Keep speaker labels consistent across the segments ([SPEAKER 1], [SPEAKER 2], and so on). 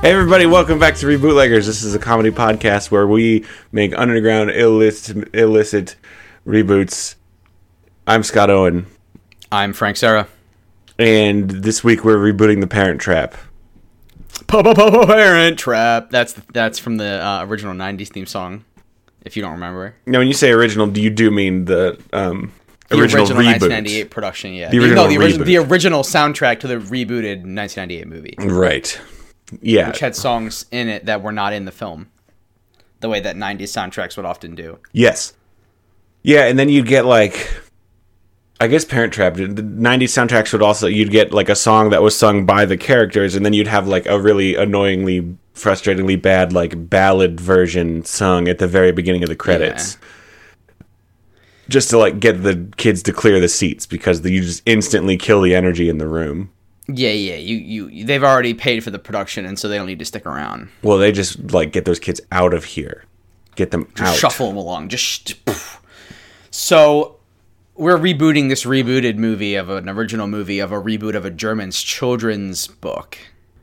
[SPEAKER 1] Hey everybody, welcome back to Rebootleggers. This is a comedy podcast where we make underground illicit, illicit reboots. I'm Scott Owen,
[SPEAKER 2] I'm Frank Sarah.
[SPEAKER 1] and this week we're rebooting The Parent Trap.
[SPEAKER 2] Parent Trap. That's the, that's from the uh, original '90s theme song. If you don't remember,
[SPEAKER 1] Now, when you say original, do you do mean the um,
[SPEAKER 2] the
[SPEAKER 1] original, reboot?
[SPEAKER 2] 1998 production. Yeah,
[SPEAKER 1] The
[SPEAKER 2] You know,
[SPEAKER 1] original
[SPEAKER 2] the, origi-
[SPEAKER 1] reboot.
[SPEAKER 2] the original soundtrack to the rebooted 1998 movie,
[SPEAKER 1] Right. Yeah.
[SPEAKER 2] which had songs in it that were not in the film, the way that '90s soundtracks would often do.
[SPEAKER 1] Yes. Yeah, and then you'd get like, I guess Parent Trap. The '90s soundtracks would also you'd get like a song that was sung by the characters, and then you'd have like a really annoyingly, frustratingly bad like ballad version sung at the very beginning of the credits. Just to like get the kids to clear the seats because you just instantly kill the energy in the room.
[SPEAKER 2] Yeah, yeah. You, you they've already paid for the production, and so they don't need to stick around.
[SPEAKER 1] Well, they just like get those kids out of here, get them out.
[SPEAKER 2] shuffle them along. Just sh- pff. so we're rebooting this rebooted movie of an original movie of a reboot of a German's children's book.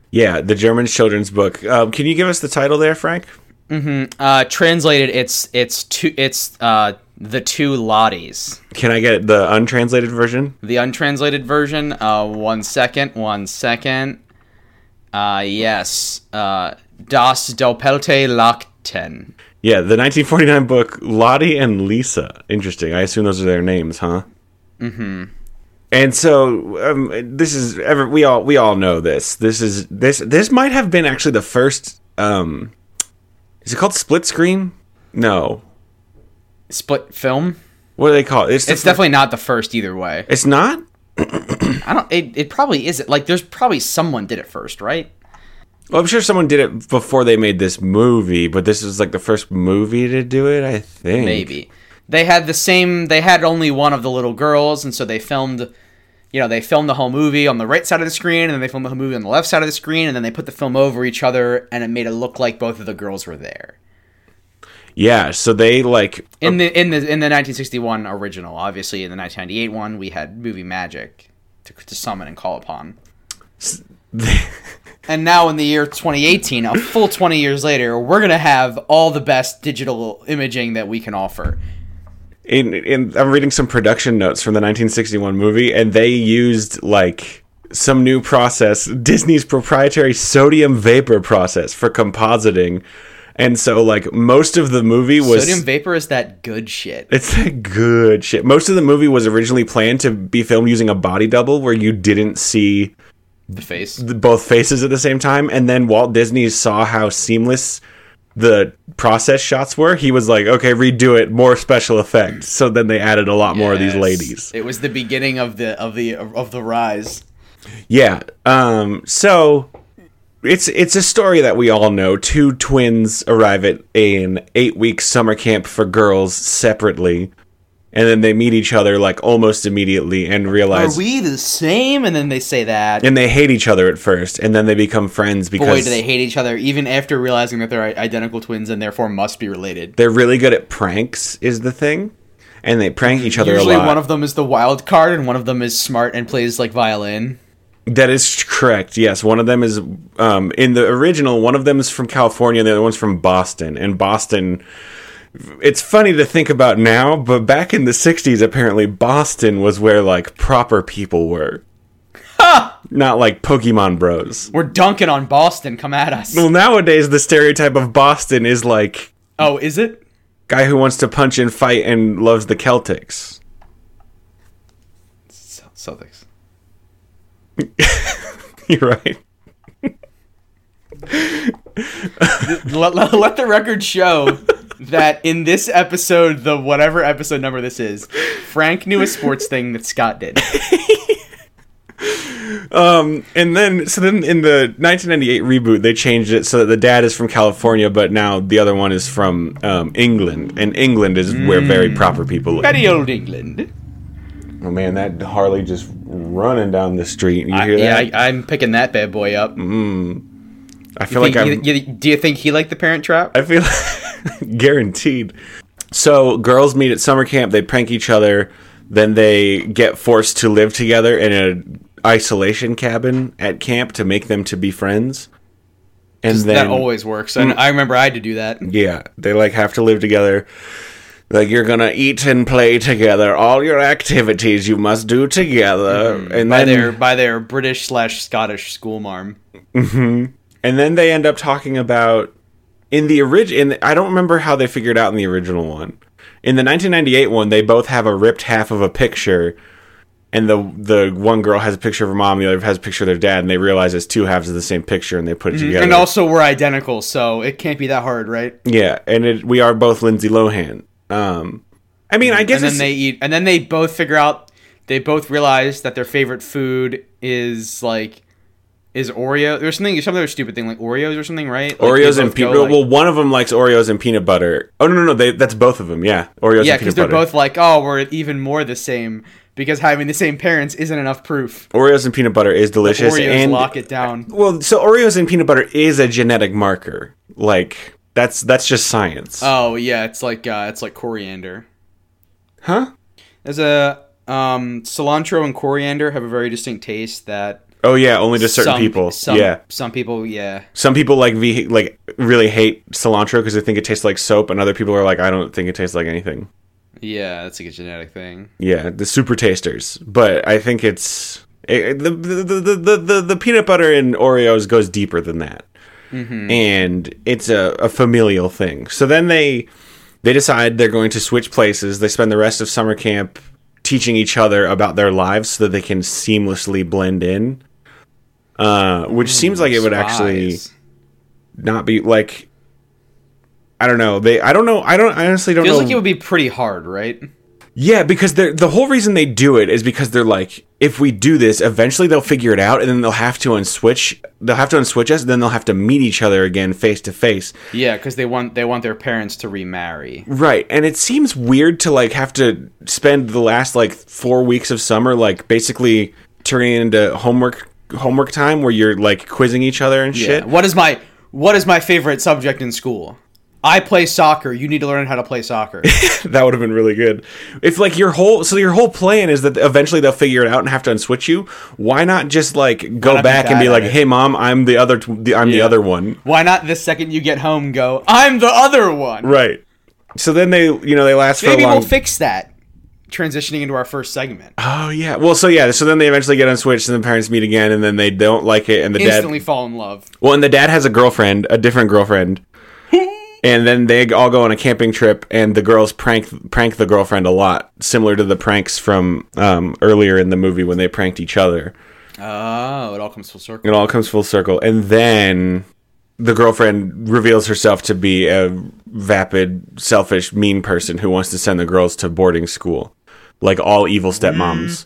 [SPEAKER 1] Yeah, the German children's book. Um, can you give us the title there, Frank?
[SPEAKER 2] Uh, translated, it's it's two it's uh, the two Lotties.
[SPEAKER 1] Can I get the untranslated version?
[SPEAKER 2] The untranslated version. Uh, one second, one second. Uh, yes. Uh, das Doppelte Lachten.
[SPEAKER 1] Yeah, the 1949 book Lottie and Lisa. Interesting. I assume those are their names, huh? Mm-hmm. And so um, this is ever we all we all know this. This is this this might have been actually the first. Um, is it called split screen? No.
[SPEAKER 2] Split film.
[SPEAKER 1] What do they call it? the
[SPEAKER 2] It's
[SPEAKER 1] fir-
[SPEAKER 2] definitely not the first either way.
[SPEAKER 1] It's not.
[SPEAKER 2] I don't. It, it probably isn't. Like, there's probably someone did it first, right?
[SPEAKER 1] Well, I'm sure someone did it before they made this movie, but this is like the first movie to do it. I think
[SPEAKER 2] maybe they had the same they had only one of the little girls and so they filmed you know they filmed the whole movie on the right side of the screen and then they filmed the whole movie on the left side of the screen and then they put the film over each other and it made it look like both of the girls were there
[SPEAKER 1] Yeah. So they like
[SPEAKER 2] in the in the in the 1961 original obviously in the 1998 one we had movie magic to, to summon and call upon and now in the year 2018 a full 20 years later we're going to have all the best digital imaging that we can offer
[SPEAKER 1] in in I'm reading some production notes from the 1961 movie, and they used like some new process, Disney's proprietary sodium vapor process for compositing, and so like most of the movie was
[SPEAKER 2] sodium vapor is that good shit
[SPEAKER 1] it's that good shit. Most of the movie was originally planned to be filmed using a body double where you didn't see
[SPEAKER 2] the face
[SPEAKER 1] the- both faces at the same time and then Walt Disney saw how seamless the process shots were he was like okay redo it more special effects so then they added a lot more of these
[SPEAKER 2] Yes.
[SPEAKER 1] ladies
[SPEAKER 2] It was the beginning of the of the of the rise.
[SPEAKER 1] yeah um so it's it's a story that we all know two twins arrive at an 8 week summer camp for girls separately and then they meet each other like almost immediately and realize
[SPEAKER 2] we the same? And then they say that.
[SPEAKER 1] and they hate each other at first and then they become friends because
[SPEAKER 2] Boy, do they hate each other, even after realizing that they're i- identical twins and therefore must be related.
[SPEAKER 1] they're really good at pranks is the thing and they prank each other
[SPEAKER 2] Usually,
[SPEAKER 1] a lot
[SPEAKER 2] one of them is the wild card, and one of them is smart and plays like violin.
[SPEAKER 1] that is correct yes one of them is um, in the original one of them is from california and the other one's from boston and boston it's funny to think about now but back in the 60s apparently boston was where like proper people were not like pokemon bros
[SPEAKER 2] We're dunking on Boston. Come at us.
[SPEAKER 1] well nowadays the stereotype of boston is like
[SPEAKER 2] Oh, is it?
[SPEAKER 1] guy who wants to punch and fight and loves the celtics
[SPEAKER 2] Ce- Celtics.
[SPEAKER 1] you're right
[SPEAKER 2] let, let, let the record show that in this episode, the whatever episode number this is, Frank knew a sports thing that Scott did.
[SPEAKER 1] And then, so then in the 1998 reboot, they changed it so that the dad is from California, but now the other one is from um, England. And England is where
[SPEAKER 2] Mm.
[SPEAKER 1] very proper people live.
[SPEAKER 2] Very old England.
[SPEAKER 1] Oh man, that Harley just running down the street. You hear
[SPEAKER 2] Yeah,
[SPEAKER 1] that?
[SPEAKER 2] I, I'm picking that bad boy up.
[SPEAKER 1] I, feel
[SPEAKER 2] Think-
[SPEAKER 1] like I'm.
[SPEAKER 2] you- you- do you think he liked the Parent Trap?
[SPEAKER 1] I feel guaranteed. So girls meet at summer camp. They prank each other. Then they get forced to live together in an isolation cabin at camp to make them to be friends. and then Mm.
[SPEAKER 2] that always works. And I remember I had to do that.
[SPEAKER 1] yeah, they like have to live together. Like you're gonna eat and play together. All your activities you must do together, and
[SPEAKER 2] Mm-hmm. by
[SPEAKER 1] then
[SPEAKER 2] their by their British slash Scottish schoolmarm.
[SPEAKER 1] and then they end up talking about in the original. I don't remember how they figured out in the original one. In the 1998 one, they both have a ripped half of a picture, and the the one girl has a picture of her mom, the other has a picture of their dad, and they realize it's two halves of the same picture, and they put it together.
[SPEAKER 2] Mm-hmm. And also we're identical, so it can't be that hard, right?
[SPEAKER 1] yeah, and it, we are both Lindsay Lohan. Um, I mean, I guess
[SPEAKER 2] And
[SPEAKER 1] it's,
[SPEAKER 2] then they eat and then they both figure out they both realize that their favorite food is like is Oreo. There's something some other stupid thing like Oreos or something, right? Like, they
[SPEAKER 1] Oreos and
[SPEAKER 2] both go,
[SPEAKER 1] peanut.
[SPEAKER 2] like-
[SPEAKER 1] well, one of them likes Oreos and peanut butter. Oh no, no, no. They, that's both of them. Yeah, Oreos
[SPEAKER 2] yeah,
[SPEAKER 1] and
[SPEAKER 2] because
[SPEAKER 1] peanut
[SPEAKER 2] they're
[SPEAKER 1] butter.
[SPEAKER 2] both like, oh, we're even more the same because having the same parents isn't enough proof.
[SPEAKER 1] Oreos and peanut butter is delicious.
[SPEAKER 2] Oreos
[SPEAKER 1] and
[SPEAKER 2] lock it down.
[SPEAKER 1] well, so Oreos and peanut butter is a genetic marker. Like that's that's just science.
[SPEAKER 2] Oh yeah, it's like uh, it's like coriander.
[SPEAKER 1] huh?
[SPEAKER 2] There's a um, cilantro and coriander have a very distinct taste that
[SPEAKER 1] Oh yeah, only to certain
[SPEAKER 2] some-
[SPEAKER 1] people.
[SPEAKER 2] Some,
[SPEAKER 1] yeah,
[SPEAKER 2] some people, yeah.
[SPEAKER 1] some people like ve- like really hate cilantro because they think it tastes like soap, and other people are like, I don't think it tastes like anything.
[SPEAKER 2] Yeah, that's like a genetic thing.
[SPEAKER 1] Yeah, the super tasters. But I think it's it, the, the, the the the the peanut butter in Oreos goes deeper than that,
[SPEAKER 2] Mm-hmm.
[SPEAKER 1] and it's a, a familial thing. So then they they decide they're going to switch places. They spend the rest of summer camp teaching each other about their lives so that they can seamlessly blend in. Uh, which
[SPEAKER 2] Hmm,
[SPEAKER 1] seems like it would actually
[SPEAKER 2] Spies.
[SPEAKER 1] not be like. I don't know. They. I don't know. I don't. I honestly don't
[SPEAKER 2] Feels
[SPEAKER 1] know.
[SPEAKER 2] like it would be pretty hard, right?
[SPEAKER 1] Yeah, because they're the whole reason they do it is because they're like, if we do this, eventually they'll figure it out, and then they'll have to unswitch. They'll have to unswitch us, and then they'll have to meet each other again face to face.
[SPEAKER 2] Yeah, because they want they want their parents to remarry.
[SPEAKER 1] Right, and it seems weird to like have to spend the last like four weeks of summer like basically turning it into homework homework time where you're like quizzing each other and shit.
[SPEAKER 2] Yeah. What is my what is my favorite subject in school? I play soccer. You need to learn how to play soccer.
[SPEAKER 1] that would have been really good. If like your whole so your whole plan is that eventually they'll figure it out and have to unswitch you, why not just like go
[SPEAKER 2] not
[SPEAKER 1] back
[SPEAKER 2] be
[SPEAKER 1] and be
[SPEAKER 2] bad at
[SPEAKER 1] like,
[SPEAKER 2] it?
[SPEAKER 1] "Hey mom, I'm the other t- the, I'm the other one."
[SPEAKER 2] Why not the second you get home go, I'm the other one?
[SPEAKER 1] Right. So then they, you know, they last for
[SPEAKER 2] Maybe
[SPEAKER 1] a long
[SPEAKER 2] we'll fix that. Transitioning into our first segment.
[SPEAKER 1] Oh yeah. Well, so yeah, so then they eventually get unswitched and the parents meet again and then they don't like it and the
[SPEAKER 2] Instantly
[SPEAKER 1] dad
[SPEAKER 2] fall in love.
[SPEAKER 1] Well, and the dad has a girlfriend, a different girlfriend. and then they all go on a camping trip and the girls prank prank the girlfriend a lot, similar to the pranks from um, earlier in the movie when they pranked each other.
[SPEAKER 2] Oh, it all comes full circle.
[SPEAKER 1] it all comes full circle and then the girlfriend reveals herself to be a vapid selfish mean person who wants to send the girls to boarding school like all evil stepmoms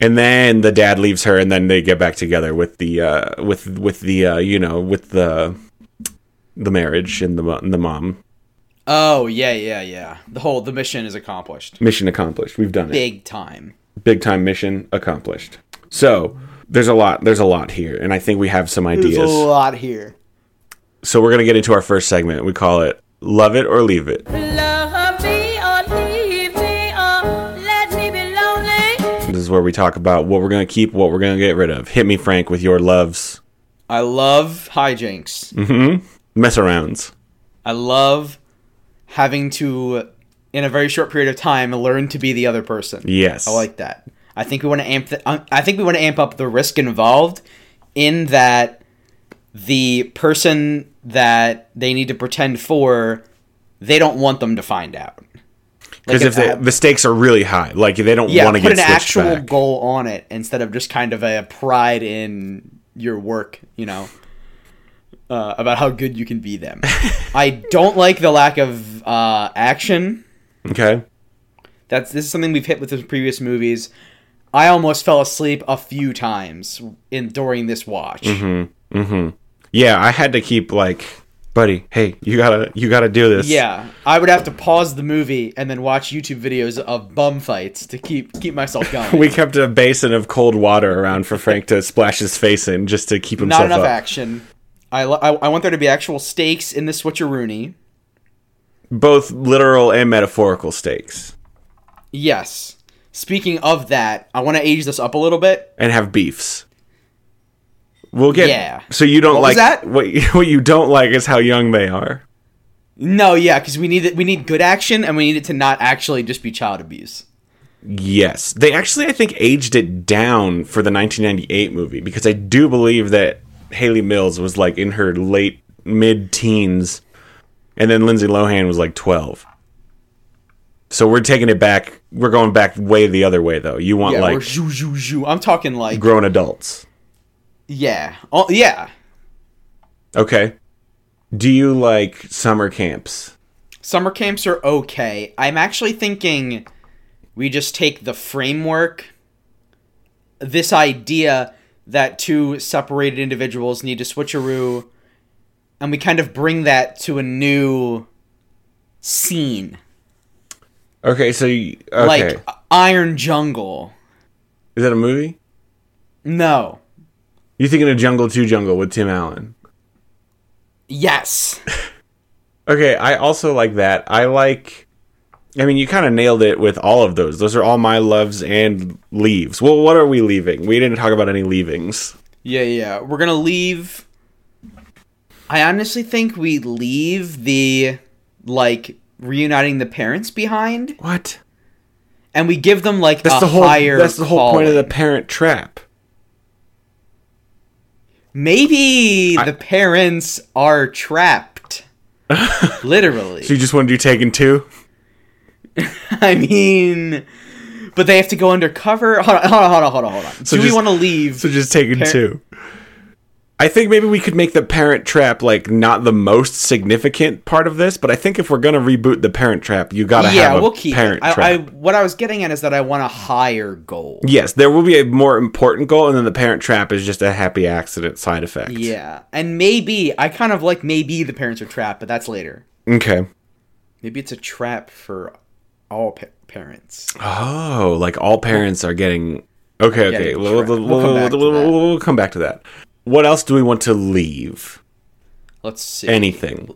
[SPEAKER 1] and then the dad leaves her and then they get back together with the uh with with the uh you know with the the marriage and the mo- and the mom
[SPEAKER 2] Oh, yeah, yeah, yeah. The whole the mission is accomplished.
[SPEAKER 1] mission accomplished we've done it
[SPEAKER 2] Big time.
[SPEAKER 1] big time mission accomplished so there's a lot there's a lot here and i think we have some ideas
[SPEAKER 2] lot here.
[SPEAKER 1] So we're gonna get into our first segment. We call it "Love It or Leave It."
[SPEAKER 3] Love me or leave me or let me be lonely.
[SPEAKER 1] This is where we talk about what we're gonna keep, what we're gonna get rid of. Hit me, Frank, with your loves,
[SPEAKER 2] I love hijinks.
[SPEAKER 1] mess arounds.
[SPEAKER 2] I love having to, in a very short period of time, learn to be the other person.
[SPEAKER 1] Yes,
[SPEAKER 2] I like that. I think we want to amp. The, um, I think we want to amp up the risk involved in that the person that they need to pretend for, they don't want them to find out. Like
[SPEAKER 1] because if they, the stakes are really high, like they don't
[SPEAKER 2] yeah,
[SPEAKER 1] want
[SPEAKER 2] put
[SPEAKER 1] to get
[SPEAKER 2] an
[SPEAKER 1] switched
[SPEAKER 2] actual
[SPEAKER 1] back.
[SPEAKER 2] goal on it instead of just kind of a pride in your work. You know. Uh, about how good you can be them. I don't like the lack of uh, action.
[SPEAKER 1] Okay,
[SPEAKER 2] That's this is something we've hit with the previous movies. I almost fell asleep a few times in during this watch.
[SPEAKER 1] Mm-hmm. yeah, I had to keep like, buddy, hey, you gotta, you gotta do this.
[SPEAKER 2] Yeah, I would have to pause the movie and then watch YouTube videos of bum fights to keep keep myself going.
[SPEAKER 1] We kept a basin of cold water around for Frank to splash his face in just to keep himself
[SPEAKER 2] Not enough
[SPEAKER 1] up.
[SPEAKER 2] action. I, lo- I I want there to be actual stakes in the switcheroony.
[SPEAKER 1] Both literal and metaphorical stakes,
[SPEAKER 2] Yes. Speaking of that, I want to age this up a little bit.
[SPEAKER 1] and have beefs. We'll get.
[SPEAKER 2] Yeah.
[SPEAKER 1] So you don't
[SPEAKER 2] What
[SPEAKER 1] like
[SPEAKER 2] was that?
[SPEAKER 1] what you, what you don't like is how young they are.
[SPEAKER 2] No, yeah, because we need it, we need good action, and we need it to not actually just be child abuse.
[SPEAKER 1] Yes, they actually I think aged it down for the 1998 movie because I do believe that Haley Mills was like in her late mid teens, and then Lindsay Lohan was like 12. So we're taking it back. We're going back way the other way though. You want
[SPEAKER 2] Yeah, or
[SPEAKER 1] like
[SPEAKER 2] zhoo, zhoo, zhoo. I'm talking like
[SPEAKER 1] grown adults.
[SPEAKER 2] yeah, oh yeah.
[SPEAKER 1] Okay. Do you like summer camps?
[SPEAKER 2] Summer camps are okay. I'm actually thinking we just take the framework, this idea that two separated individuals need to switcheroo, and we kind of bring that to a new scene,
[SPEAKER 1] Okay, so you, okay.
[SPEAKER 2] like Iron Jungle.
[SPEAKER 1] is that a movie?
[SPEAKER 2] No.
[SPEAKER 1] You thinking of Jungle 2 Jungle with Tim Allen?
[SPEAKER 2] Yes.
[SPEAKER 1] Okay, I also like that. I like. I mean, you kind of nailed it with all of those. Those are all my loves and leaves. Well, what are we leaving? We didn't talk about any leavings.
[SPEAKER 2] Yeah, yeah. We're gonna leave. I honestly think we leave the like reuniting the parents behind,
[SPEAKER 1] What?
[SPEAKER 2] and we give them like
[SPEAKER 1] That's
[SPEAKER 2] a
[SPEAKER 1] the whole.
[SPEAKER 2] higher.
[SPEAKER 1] That's the whole point of the
[SPEAKER 2] calling.
[SPEAKER 1] parent trap.
[SPEAKER 2] Maybe
[SPEAKER 1] I-
[SPEAKER 2] the parents are trapped. Literally.
[SPEAKER 1] So you just want to do Taken Two?
[SPEAKER 2] I mean, but they have to go undercover. Hold on, hold on, hold on, hold on. Hold on.
[SPEAKER 1] So
[SPEAKER 2] Do
[SPEAKER 1] just-
[SPEAKER 2] we want to leave?
[SPEAKER 1] So just Taken
[SPEAKER 2] Par-
[SPEAKER 1] Two. I think maybe we could make the parent trap like not the most significant part of this, but I think if we're gonna reboot the parent trap, you gotta
[SPEAKER 2] yeah,
[SPEAKER 1] have a
[SPEAKER 2] we'll keep. It.
[SPEAKER 1] parent
[SPEAKER 2] I,
[SPEAKER 1] trap.
[SPEAKER 2] I what I was getting at is that I want a higher goal.
[SPEAKER 1] Yes, there will be a more important goal, and then the parent trap is just a happy accident side effect.
[SPEAKER 2] Yeah, and maybe I kind of like maybe the parents are trapped, but that's later.
[SPEAKER 1] Okay.
[SPEAKER 2] Maybe it's a trap for all pa- parents.
[SPEAKER 1] Oh, like all parents are getting. Okay, okay.
[SPEAKER 2] getting
[SPEAKER 1] we'll,
[SPEAKER 2] trapped.
[SPEAKER 1] we'll,
[SPEAKER 2] We'll come back to
[SPEAKER 1] we'll-
[SPEAKER 2] that.
[SPEAKER 1] we'll come back to that. What else do we want to leave?
[SPEAKER 2] Let's see.
[SPEAKER 1] Anything.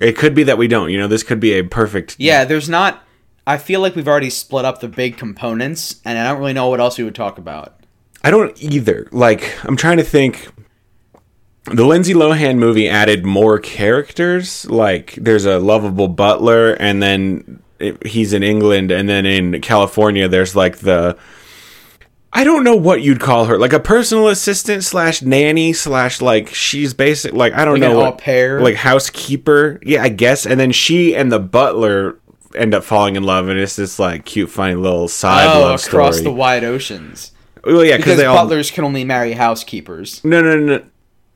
[SPEAKER 1] It could be that we don't. You know, this could be a perfect.
[SPEAKER 2] Yeah, there's not. I feel like we've already split up the big components, and I don't really know what else we would talk about.
[SPEAKER 1] I don't either. Like, I'm trying to think. The Lindsay Lohan movie added more characters. Like, there's a lovable butler, and then it, he's in England, and then in California, there's like the. I don't know what you'd call her, like a personal assistant slash nanny slash like she's basic like I don't
[SPEAKER 2] Like an
[SPEAKER 1] know
[SPEAKER 2] au pair?
[SPEAKER 1] like housekeeper, yeah, I guess. And then she and the butler end up falling in love, and it's this like cute, funny little side
[SPEAKER 2] oh,
[SPEAKER 1] love
[SPEAKER 2] across
[SPEAKER 1] story.
[SPEAKER 2] the wide oceans,
[SPEAKER 1] well, yeah,
[SPEAKER 2] because
[SPEAKER 1] because they all
[SPEAKER 2] butlers can only marry housekeepers.
[SPEAKER 1] no, no, no.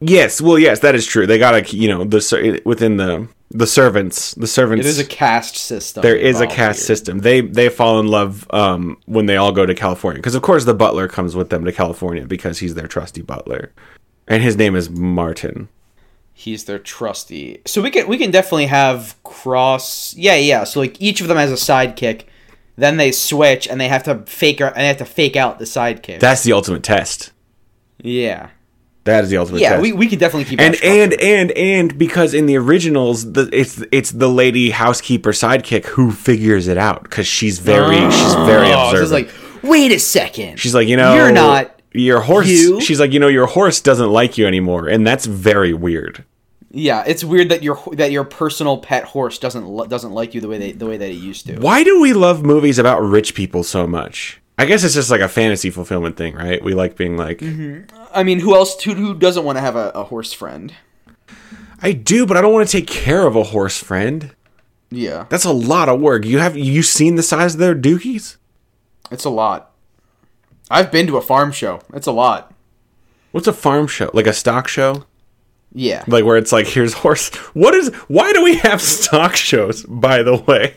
[SPEAKER 1] Yes, well, yes, that is true. They gotta, you know, the ser- within the the servants, the servants.
[SPEAKER 2] It is a Oh, caste system.
[SPEAKER 1] there is a
[SPEAKER 2] involved
[SPEAKER 1] caste
[SPEAKER 2] here.
[SPEAKER 1] system. They they fall in love um, when they all go to California because, of course, the butler comes with them to California because he's their trusty butler, and his name is Martin.
[SPEAKER 2] He's their trustee. So we can we can definitely have cross. Yeah, yeah. So like each of them has a sidekick. Then they switch and they have to fake out, and they have to fake out the sidekick.
[SPEAKER 1] That's the ultimate test.
[SPEAKER 2] yeah.
[SPEAKER 1] That is the ultimate
[SPEAKER 2] Yeah,
[SPEAKER 1] test.
[SPEAKER 2] we, we could definitely keep
[SPEAKER 1] and
[SPEAKER 2] that structure.
[SPEAKER 1] and and and because in the originals the, it's it's the lady housekeeper sidekick who figures it out because she's very she's very
[SPEAKER 2] Oh,
[SPEAKER 1] observant.
[SPEAKER 2] so it's like, wait a second.
[SPEAKER 1] She's like, you know,
[SPEAKER 2] you're not.
[SPEAKER 1] your horse.
[SPEAKER 2] you."
[SPEAKER 1] She's like, you know, your horse doesn't like you anymore, and that's very weird.
[SPEAKER 2] Yeah, it's weird that your that your personal pet horse doesn't lo- doesn't like you the way they the way that it used to.
[SPEAKER 1] Why do we love movies about rich people so much? I guess it's just like a fantasy fulfillment thing, right? We like being like,
[SPEAKER 2] Mm-hmm. I mean, who else? Who, who doesn't want to have a, a horse friend?
[SPEAKER 1] I do, but I don't want to take care of a horse friend.
[SPEAKER 2] Yeah,
[SPEAKER 1] That's a lot of work. You have you seen the size of their dookies?
[SPEAKER 2] it's a lot. I've been to a farm show. It's a lot.
[SPEAKER 1] What's a farm show? Like a stock show?
[SPEAKER 2] Yeah,
[SPEAKER 1] Like where it's like here's horse. What is? Why do we have stock shows? By the way.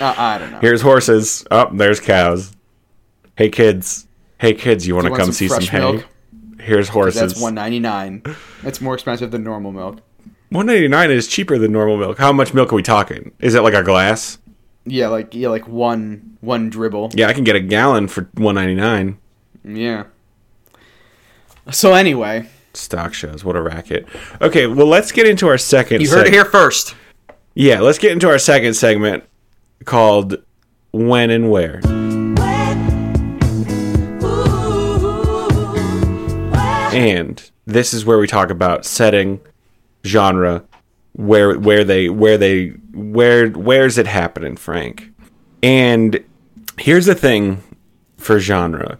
[SPEAKER 2] uh, I don't know.
[SPEAKER 1] Here's horses. Up oh, there's cows. Hey kids. Hey kids, you want to
[SPEAKER 2] want
[SPEAKER 1] come
[SPEAKER 2] some
[SPEAKER 1] see some
[SPEAKER 2] fresh
[SPEAKER 1] hay?
[SPEAKER 2] milk?
[SPEAKER 1] Here's horses.
[SPEAKER 2] That's one ninety nine. That's more expensive than normal milk.
[SPEAKER 1] One ninety nine is cheaper than normal milk. How much milk are we talking? Is it like a glass?
[SPEAKER 2] Yeah, like yeah, like one one dribble.
[SPEAKER 1] Yeah, I can get a gallon for one ninety nine.
[SPEAKER 2] Yeah. So anyway,
[SPEAKER 1] Stock shows, what a racket. Okay, well let's get into our second.
[SPEAKER 2] you heard it
[SPEAKER 1] seg-
[SPEAKER 2] here first.
[SPEAKER 1] Yeah, let's get into our second segment called "When and Where."
[SPEAKER 3] Ooh,
[SPEAKER 1] And this is where we talk about setting, genre, where where they where they where where's it happening, Frank? And here's the thing for genre.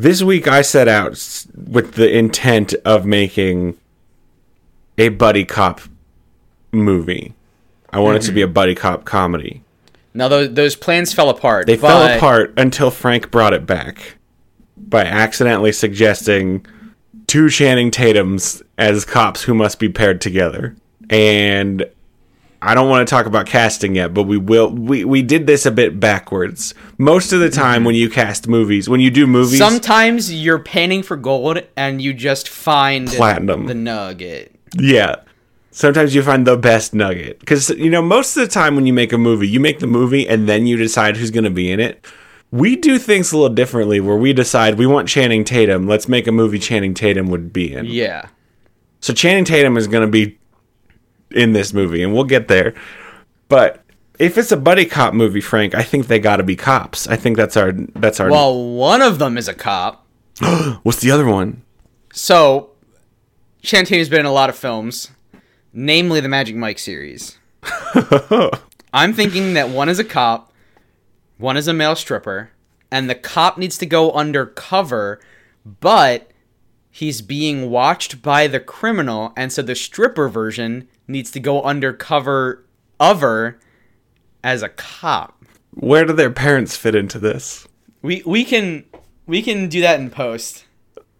[SPEAKER 1] This week I set out s- with the intent of making a buddy cop movie. I want it to be a buddy cop comedy.
[SPEAKER 2] Now those, those plans fell apart.
[SPEAKER 1] They
[SPEAKER 2] but-
[SPEAKER 1] fell apart until Frank brought it back by accidentally suggesting two Channing Tatums as cops who must be paired together. And I don't want to talk about casting yet, but we will. We, we did this a bit backwards. Most of the time, when you cast movies, when you do movies,
[SPEAKER 2] Sometimes you're panning for gold and you just find
[SPEAKER 1] Platinum.
[SPEAKER 2] the nugget.
[SPEAKER 1] Yeah. Sometimes you find the best nugget. Because, you know, most of the time when you make a movie, you make the movie and then you decide who's going to be in it. We do things a little differently where we decide we want Channing Tatum. Let's make a movie Channing Tatum would be in.
[SPEAKER 2] Yeah.
[SPEAKER 1] So Channing Tatum is going to be in this movie, and we'll get there. But if it's a buddy cop movie, Frank, I think they got to be cops. I think that's our that's our.
[SPEAKER 2] Well, one of them is a cop.
[SPEAKER 1] what's the other one?
[SPEAKER 2] So, Chantina's been in a lot of films, namely the Magic Mike series. I'm thinking that one is a cop, one is a male stripper, and the cop needs to go undercover, but he's being watched by the criminal, and so the stripper version needs to go undercover other as a cop.
[SPEAKER 1] Where do their parents fit into this?
[SPEAKER 2] We we can we can do that in post.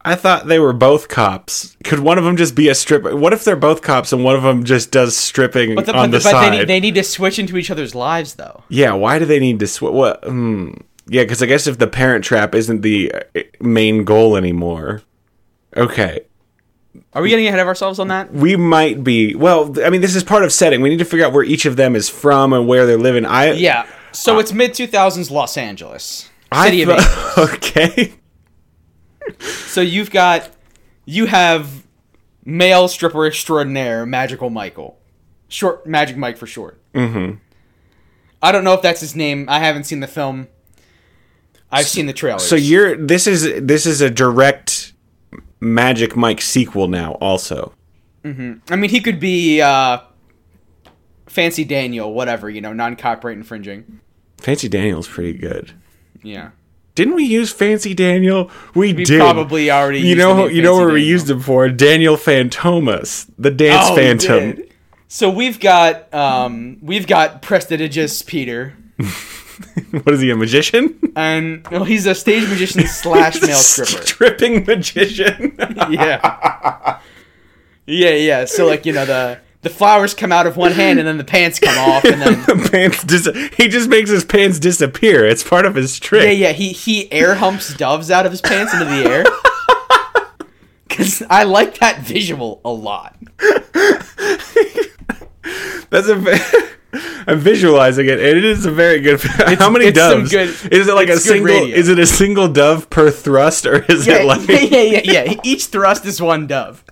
[SPEAKER 1] I thought they were both cops. Could one of them just be a stripper? What if they're both cops and one of them just does stripping
[SPEAKER 2] But, the,
[SPEAKER 1] on the
[SPEAKER 2] but, the- but
[SPEAKER 1] side?
[SPEAKER 2] they, need, they need to switch into each other's lives though.
[SPEAKER 1] yeah, why do they need to sw- what? Hmm. Yeah, because I guess if the parent trap isn't the uh, main goal anymore, okay,
[SPEAKER 2] Are we getting ahead of ourselves on that?
[SPEAKER 1] we might be. Well, th- I mean, this is part of setting. We need to figure out where each of them is from and where they're living. I
[SPEAKER 2] Yeah. So it's mid 2000s Los Angeles.
[SPEAKER 1] Ah. I
[SPEAKER 2] City of
[SPEAKER 1] thought-
[SPEAKER 2] Angels.
[SPEAKER 1] okay.
[SPEAKER 2] So you've got you have male stripper extraordinaire Magical Michael. Short Magic Mike for short. Mhm.
[SPEAKER 1] Mm-hmm.
[SPEAKER 2] I don't know if that's his name. I haven't seen the film. I've seen the trailer.
[SPEAKER 1] So you're this is this is a direct Magic Mike sequel now. Also,
[SPEAKER 2] I mean, he could be uh Fancy Daniel, whatever, you know, non-copyright infringing.
[SPEAKER 1] Fancy Daniel's pretty good.
[SPEAKER 2] Yeah.
[SPEAKER 1] Didn't we use Fancy Daniel? We,
[SPEAKER 2] We
[SPEAKER 1] did.
[SPEAKER 2] probably already
[SPEAKER 1] You
[SPEAKER 2] used the
[SPEAKER 1] know,
[SPEAKER 2] name
[SPEAKER 1] you know
[SPEAKER 2] Fancy
[SPEAKER 1] where we
[SPEAKER 2] Daniel.
[SPEAKER 1] used him for Daniel Fantomas, the dance
[SPEAKER 2] Oh, we
[SPEAKER 1] phantom.
[SPEAKER 2] did. So we've got um we've got prestidigious Peter
[SPEAKER 1] What is he, a magician?
[SPEAKER 2] and well, he's a stage magician slash male stripper.
[SPEAKER 1] Stripping magician.
[SPEAKER 2] Yeah. Yeah, yeah. So like, you know, the the flowers come out of one hand and then the pants come off and then
[SPEAKER 1] the pants dis- he just makes his pants disappear. It's part of his trick.
[SPEAKER 2] Yeah, yeah, he he air humps doves out of his pants into the air. Cuz I like that visual a lot.
[SPEAKER 1] That's a. ve- I'm visualizing it, and it is a very good. How many
[SPEAKER 2] it's some
[SPEAKER 1] doves?
[SPEAKER 2] good-
[SPEAKER 1] is it like a
[SPEAKER 2] it's good
[SPEAKER 1] single?
[SPEAKER 2] radio.
[SPEAKER 1] Is it a single dove per thrust, or is
[SPEAKER 2] Yeah,
[SPEAKER 1] it like?
[SPEAKER 2] yeah, yeah, yeah, yeah. Each thrust is one dove.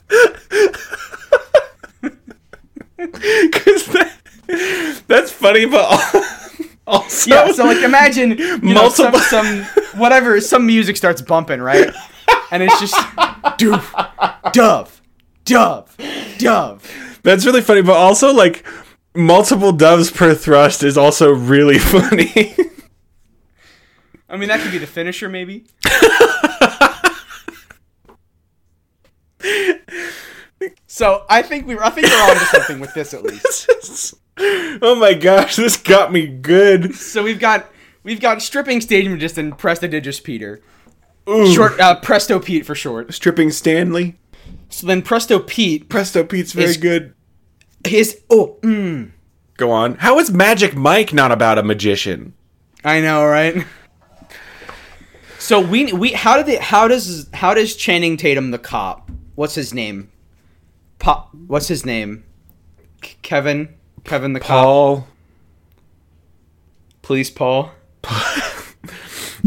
[SPEAKER 1] Because that, that's funny, but al- also
[SPEAKER 2] Yeah, so like imagine you know, some,
[SPEAKER 1] Multiple-
[SPEAKER 2] some whatever some music starts bumping, right? And it's just doof, dove, dove, dove.
[SPEAKER 1] that's really funny. But also like multiple doves per thrust is also really funny.
[SPEAKER 2] I mean that could be the finisher maybe. so I think we were I think we're on to something with this at least.
[SPEAKER 1] oh my gosh, this got me good.
[SPEAKER 2] So we've got we've got stripping stadium just in prestidigious Peter. Short uh, Presto Pete for short.
[SPEAKER 1] Stripping Stanley,
[SPEAKER 2] So then Presto Pete
[SPEAKER 1] Presto Pete's very
[SPEAKER 2] Is-
[SPEAKER 1] good.
[SPEAKER 2] his oh
[SPEAKER 1] Go on. How is Magic Mike not about a magician?
[SPEAKER 2] I know, right? So we we how did they how does how does Channing Tatum the cop? What's his name? Pop. What's his name? K- Kevin. Kevin the cop.
[SPEAKER 1] Paul.
[SPEAKER 2] Police Paul.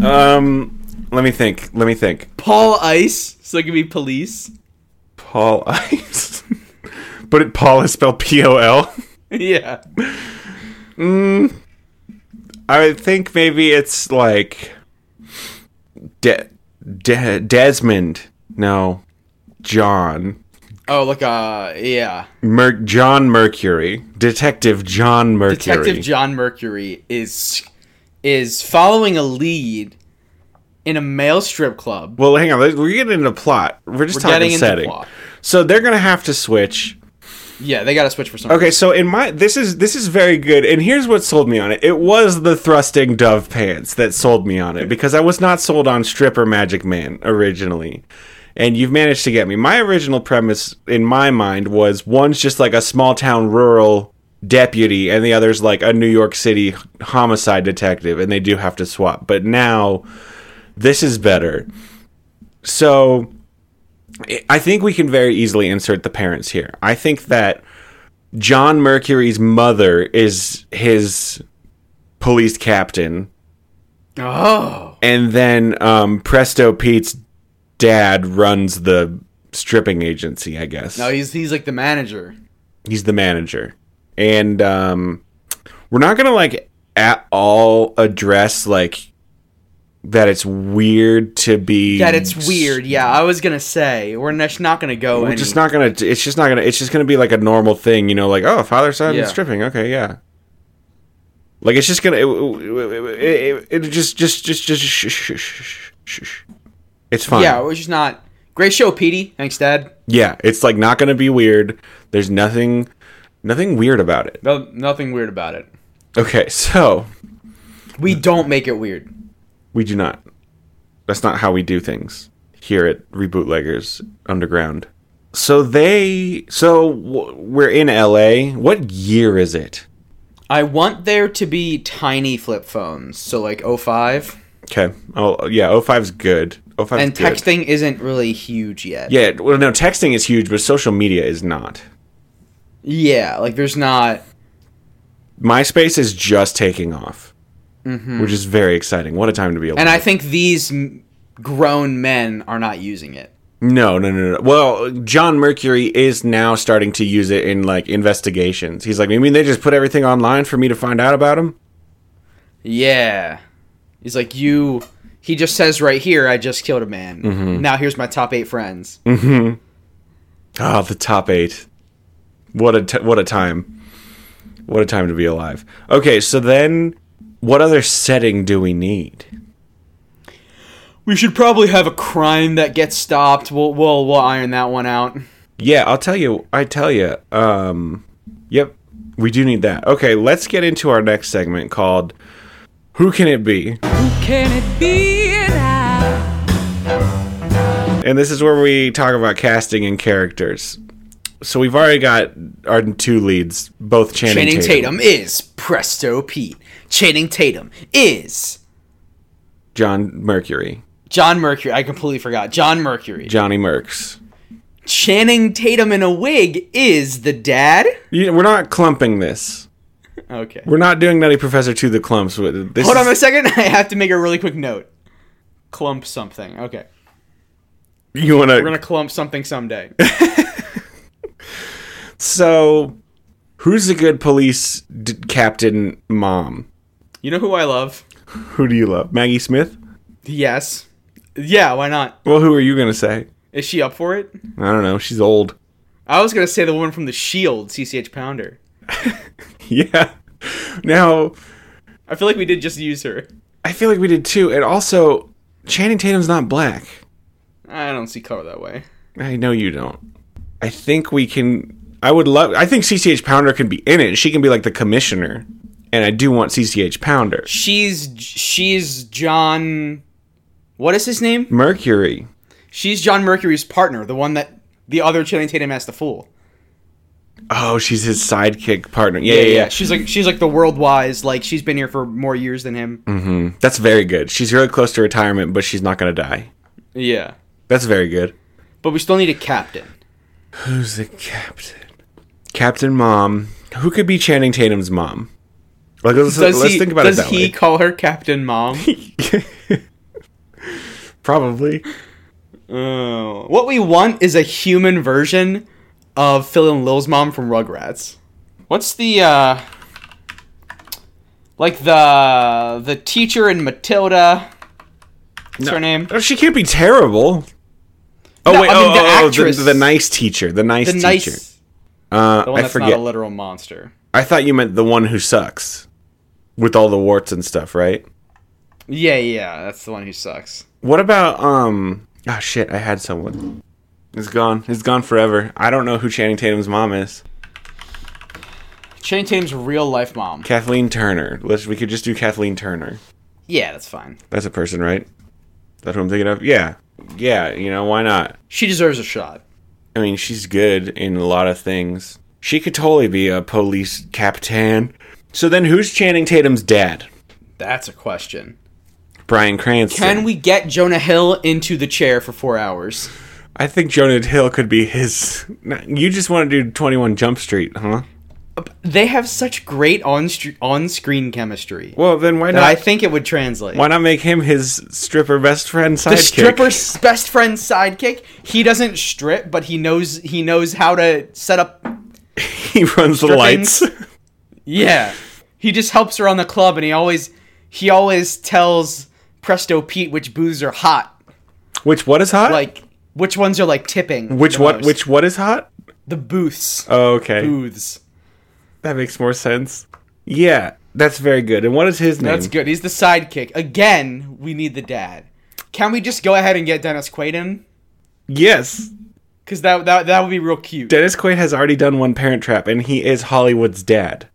[SPEAKER 1] Um, let me think. Let me think.
[SPEAKER 2] Paul Ice. So it could be police.
[SPEAKER 1] Paul Ice. but it, Paul is spelled P O L.
[SPEAKER 2] yeah.
[SPEAKER 1] I think maybe it's like De- De- Desmond. No, John.
[SPEAKER 2] Oh, look, uh, yeah.
[SPEAKER 1] Mer- John Mercury. Detective John Mercury.
[SPEAKER 2] Detective John Mercury is is following a lead in a male strip club.
[SPEAKER 1] Well, hang on. let's- We're getting into plot. We're just
[SPEAKER 2] We're
[SPEAKER 1] talking
[SPEAKER 2] getting into
[SPEAKER 1] setting.
[SPEAKER 2] plot.
[SPEAKER 1] So they're gonna have to switch.
[SPEAKER 2] Yeah, they got to switch for some.
[SPEAKER 1] Okay, so in my this is this is very good, and here's what sold me on it. It was the thrusting dove pants that sold me on it because I was not sold on stripper Magic Man originally. And you've managed to get me. My original premise in my mind was one's just like a small town rural deputy, and the other's like a New York City homicide detective, and they do have to swap. But now this is better. So I think we can very easily insert the parents here. I think that John Mercury's mother is his police captain,
[SPEAKER 2] Oh,
[SPEAKER 1] and then um, Presto Pete's dad runs the stripping agency. I guess
[SPEAKER 2] no, he's he's like the manager.
[SPEAKER 1] he's the manager, and um, we're not gonna like at all address like that. It's weird to be
[SPEAKER 2] That it's weird. Yeah, I was gonna say we're just not gonna go.
[SPEAKER 1] We're
[SPEAKER 2] any-
[SPEAKER 1] just not gonna. It's just not gonna. It's just gonna be like a normal thing, you know, like oh, father son
[SPEAKER 2] Yeah.
[SPEAKER 1] stripping. Okay, yeah. Like it's just gonna. It, it, it, it, it just just just just shh, shh, shh, shh, shh. It's fine.
[SPEAKER 2] Yeah,
[SPEAKER 1] Yeah.
[SPEAKER 2] we're just not. Great show, Petey. Thanks, Dad.
[SPEAKER 1] yeah, it's like not gonna be weird. There's nothing, nothing weird about it.
[SPEAKER 2] No, nothing weird about it.
[SPEAKER 1] Okay, so
[SPEAKER 2] We don't make it weird.
[SPEAKER 1] we do not. That's not how we do things here at Rebootleggers Underground. So they. So w- we're in L.A. What year is it?
[SPEAKER 2] I want there to be tiny flip phones, so like 05.
[SPEAKER 1] Okay. Oh yeah, 05's good. 05's
[SPEAKER 2] and
[SPEAKER 1] good.
[SPEAKER 2] texting isn't really huge yet.
[SPEAKER 1] Yeah, well no, texting is huge, but social media is not.
[SPEAKER 2] Yeah, like there's not.
[SPEAKER 1] MySpace is just taking off. Which is very exciting. What a time to be alive.
[SPEAKER 2] Mm-hmm. And I think these m- grown men are not using it.
[SPEAKER 1] no, no, no, no. Well, John Mercury is now starting to use it in like investigations. He's like, "You mean they just put everything online for me to find out about him?"
[SPEAKER 2] Yeah. He's like, you. He just says right here, I just killed a man.
[SPEAKER 1] Mm-hmm.
[SPEAKER 2] Now here's my top eight friends.
[SPEAKER 1] Ah, the top eight. What a t- what a time. What a time to be alive. Okay, so then, what other setting do we need?
[SPEAKER 2] We should probably have a crime that gets stopped. We'll, we'll, we'll iron that one out.
[SPEAKER 1] Yeah, I'll tell you. I tell you. Um, yep, we do need that. Okay, let's get into our next segment called "Who Can It Be."
[SPEAKER 4] Can it be that
[SPEAKER 1] And this is where we talk about casting and characters. So we've already got our two leads, both Channing,
[SPEAKER 2] Channing
[SPEAKER 1] Tatum.
[SPEAKER 2] Tatum is Presto Pete. Channing Tatum is
[SPEAKER 1] John Mercury,
[SPEAKER 2] John Mercury. I completely forgot. John Mercury.
[SPEAKER 1] Johnny Mercs.
[SPEAKER 2] Channing Tatum in a wig is the dad.
[SPEAKER 1] You- We're not clumping this.
[SPEAKER 2] Okay.
[SPEAKER 1] We're not doing Nutty Professor to the clumps. with- This
[SPEAKER 2] Hold
[SPEAKER 1] is-
[SPEAKER 2] on a second. I have to make a really quick note. Clump something. Okay.
[SPEAKER 1] You want
[SPEAKER 2] We're
[SPEAKER 1] to?
[SPEAKER 2] going to clump something someday.
[SPEAKER 1] So, who's a good police d- captain? Mom.
[SPEAKER 2] you know who I love?
[SPEAKER 1] Who do you love? Maggie Smith.
[SPEAKER 2] Yes. Yeah, why not?
[SPEAKER 1] Well, who are you gonna say?
[SPEAKER 2] Is she up for it?
[SPEAKER 1] I don't know. She's old.
[SPEAKER 2] I was going to say the woman from The Shield, CCH Pounder.
[SPEAKER 1] Yeah. Now,
[SPEAKER 2] I feel like we did just use her.
[SPEAKER 1] I feel like we did too. And also, Channing Tatum's not black.
[SPEAKER 2] I don't see color that way.
[SPEAKER 1] I know you don't. I think we can. I would love. I think CCH Pounder can be in it. She can be like the commissioner. And I do want CCH Pounder.
[SPEAKER 2] She's she's John What is his name?
[SPEAKER 1] Mercury.
[SPEAKER 2] She's John Mercury's partner, the one that the other Channing Tatum has to fool.
[SPEAKER 1] Oh, she's his sidekick partner. Yeah,
[SPEAKER 2] Yeah,
[SPEAKER 1] yeah,
[SPEAKER 2] yeah.
[SPEAKER 1] yeah.
[SPEAKER 2] She's like she's like the world wise. Like she's been here for more years than him.
[SPEAKER 1] Mm. That's very good. She's really close to retirement, but she's not going to die.
[SPEAKER 2] Yeah,
[SPEAKER 1] That's very good.
[SPEAKER 2] but we still need a captain.
[SPEAKER 1] Who's the captain? Captain Mom. Who could be Channing Tatum's mom? Like, let's,
[SPEAKER 2] Does
[SPEAKER 1] let's
[SPEAKER 2] he?
[SPEAKER 1] think about
[SPEAKER 2] does
[SPEAKER 1] it that
[SPEAKER 2] he
[SPEAKER 1] way.
[SPEAKER 2] call her Captain Mom?
[SPEAKER 1] Probably.
[SPEAKER 2] oh. What we want is a human version of Phil and Lil's mom from Rugrats. What's the uh? Like the the teacher in Matilda. What's her name?
[SPEAKER 1] Oh, she can't be terrible. Oh
[SPEAKER 2] No,
[SPEAKER 1] wait,
[SPEAKER 2] I mean,
[SPEAKER 1] oh,
[SPEAKER 2] the
[SPEAKER 1] oh, oh,
[SPEAKER 2] actress-
[SPEAKER 1] the, the nice teacher, the nice
[SPEAKER 2] The
[SPEAKER 1] teacher.
[SPEAKER 2] nice,
[SPEAKER 1] uh,
[SPEAKER 2] the one
[SPEAKER 1] I
[SPEAKER 2] that's
[SPEAKER 1] forget.
[SPEAKER 2] not a literal monster.
[SPEAKER 1] I thought you meant the one who sucks, with all the warts and stuff, right?
[SPEAKER 2] Yeah, yeah, that's the one who sucks.
[SPEAKER 1] What about um? Oh shit, I had someone. It's gone. It's gone forever. I don't know who Channing Tatum's mom is.
[SPEAKER 2] Channing Tatum's real life mom.
[SPEAKER 1] Kathleen Turner. Let's. We could just do Kathleen Turner.
[SPEAKER 2] Yeah, that's fine.
[SPEAKER 1] That's a person, right? That's what I'm thinking of. Yeah, yeah. You know why not?
[SPEAKER 2] She deserves a shot.
[SPEAKER 1] I mean, she's good in a lot of things. She could totally be a police captain. So then, who's Channing Tatum's dad?
[SPEAKER 2] That's a question.
[SPEAKER 1] Brian Cranston.
[SPEAKER 2] Can we get Jonah Hill into the chair for four hours?
[SPEAKER 1] I think Jonah Hill could be his. You just want to do 21 Jump Street, huh?
[SPEAKER 2] They have such great on on screen chemistry.
[SPEAKER 1] Well, then why
[SPEAKER 2] that
[SPEAKER 1] not?
[SPEAKER 2] I think it would translate.
[SPEAKER 1] why not make him his stripper best friend sidekick?
[SPEAKER 2] the stripper's best friend sidekick. He doesn't strip, but he knows he knows how to set up.
[SPEAKER 1] he runs the
[SPEAKER 2] stripping.
[SPEAKER 1] lights.
[SPEAKER 2] Yeah, he just helps her on the club, and he always he always tells Presto Pete which booths are hot,
[SPEAKER 1] Which what is hot?
[SPEAKER 2] like which ones are like tipping.
[SPEAKER 1] which
[SPEAKER 2] the
[SPEAKER 1] what
[SPEAKER 2] most.
[SPEAKER 1] which what is hot?
[SPEAKER 2] the booths
[SPEAKER 1] Oh, okay,
[SPEAKER 2] booths.
[SPEAKER 1] that makes more sense. Yeah, that's very good. And what is his name?
[SPEAKER 2] That's good. He's the sidekick again. We need the dad. Can we just go ahead and get Dennis Quaid in?
[SPEAKER 1] Yes,
[SPEAKER 2] Because that, that that would be real cute.
[SPEAKER 1] Dennis Quaid has already done one Parent Trap, and he is Hollywood's dad.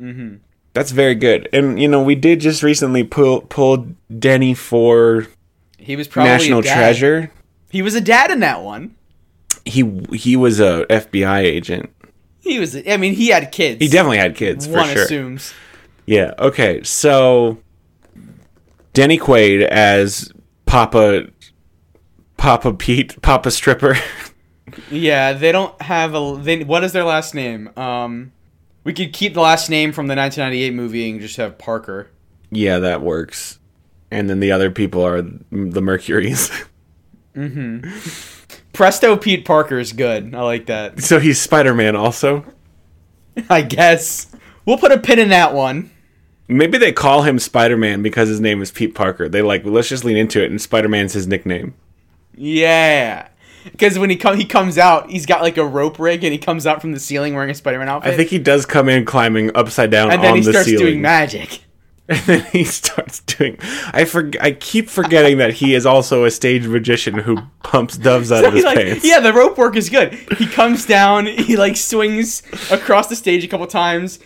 [SPEAKER 1] Mm-hmm. That's very good. And you know, we did just recently pull pull Denny for
[SPEAKER 2] he was probably a
[SPEAKER 1] National
[SPEAKER 2] Oh, dad.
[SPEAKER 1] Treasure.
[SPEAKER 2] He was a dad in that one.
[SPEAKER 1] He he was a FBI agent.
[SPEAKER 2] He was. I mean, he had kids.
[SPEAKER 1] He definitely had kids for
[SPEAKER 2] One
[SPEAKER 1] sure.
[SPEAKER 2] assumes.
[SPEAKER 1] Yeah. Okay. So Denny Quaid as Papa Papa Pete Papa Stripper.
[SPEAKER 2] Yeah, they don't have a. They, what is their last name? Um, we could keep the last name from the 1998 movie and just have Parker.
[SPEAKER 1] yeah, that works. And then the other people are the Mercuries.
[SPEAKER 2] Presto Pete Parker is good. I like that.
[SPEAKER 1] so he's Spider Man also.
[SPEAKER 2] I guess we'll put a pin in that one.
[SPEAKER 1] Maybe they call him Spider Man because his name is Pete Parker. They like let's just lean into it, and Spider Man's his nickname.
[SPEAKER 2] Yeah. Because when he come, he comes out. He's got like a rope rig, and he comes out from the ceiling wearing a Spider-Man outfit.
[SPEAKER 1] I think he does come in climbing upside down
[SPEAKER 2] and
[SPEAKER 1] on
[SPEAKER 2] then he
[SPEAKER 1] the
[SPEAKER 2] starts
[SPEAKER 1] ceiling.
[SPEAKER 2] doing magic.
[SPEAKER 1] And then he starts doing. I forg I keep forgetting that he is also a stage magician who pumps doves out
[SPEAKER 2] So
[SPEAKER 1] of
[SPEAKER 2] he,
[SPEAKER 1] his
[SPEAKER 2] like-
[SPEAKER 1] pants.
[SPEAKER 2] Yeah, the rope work is good. He comes down, he like swings across the stage a couple times,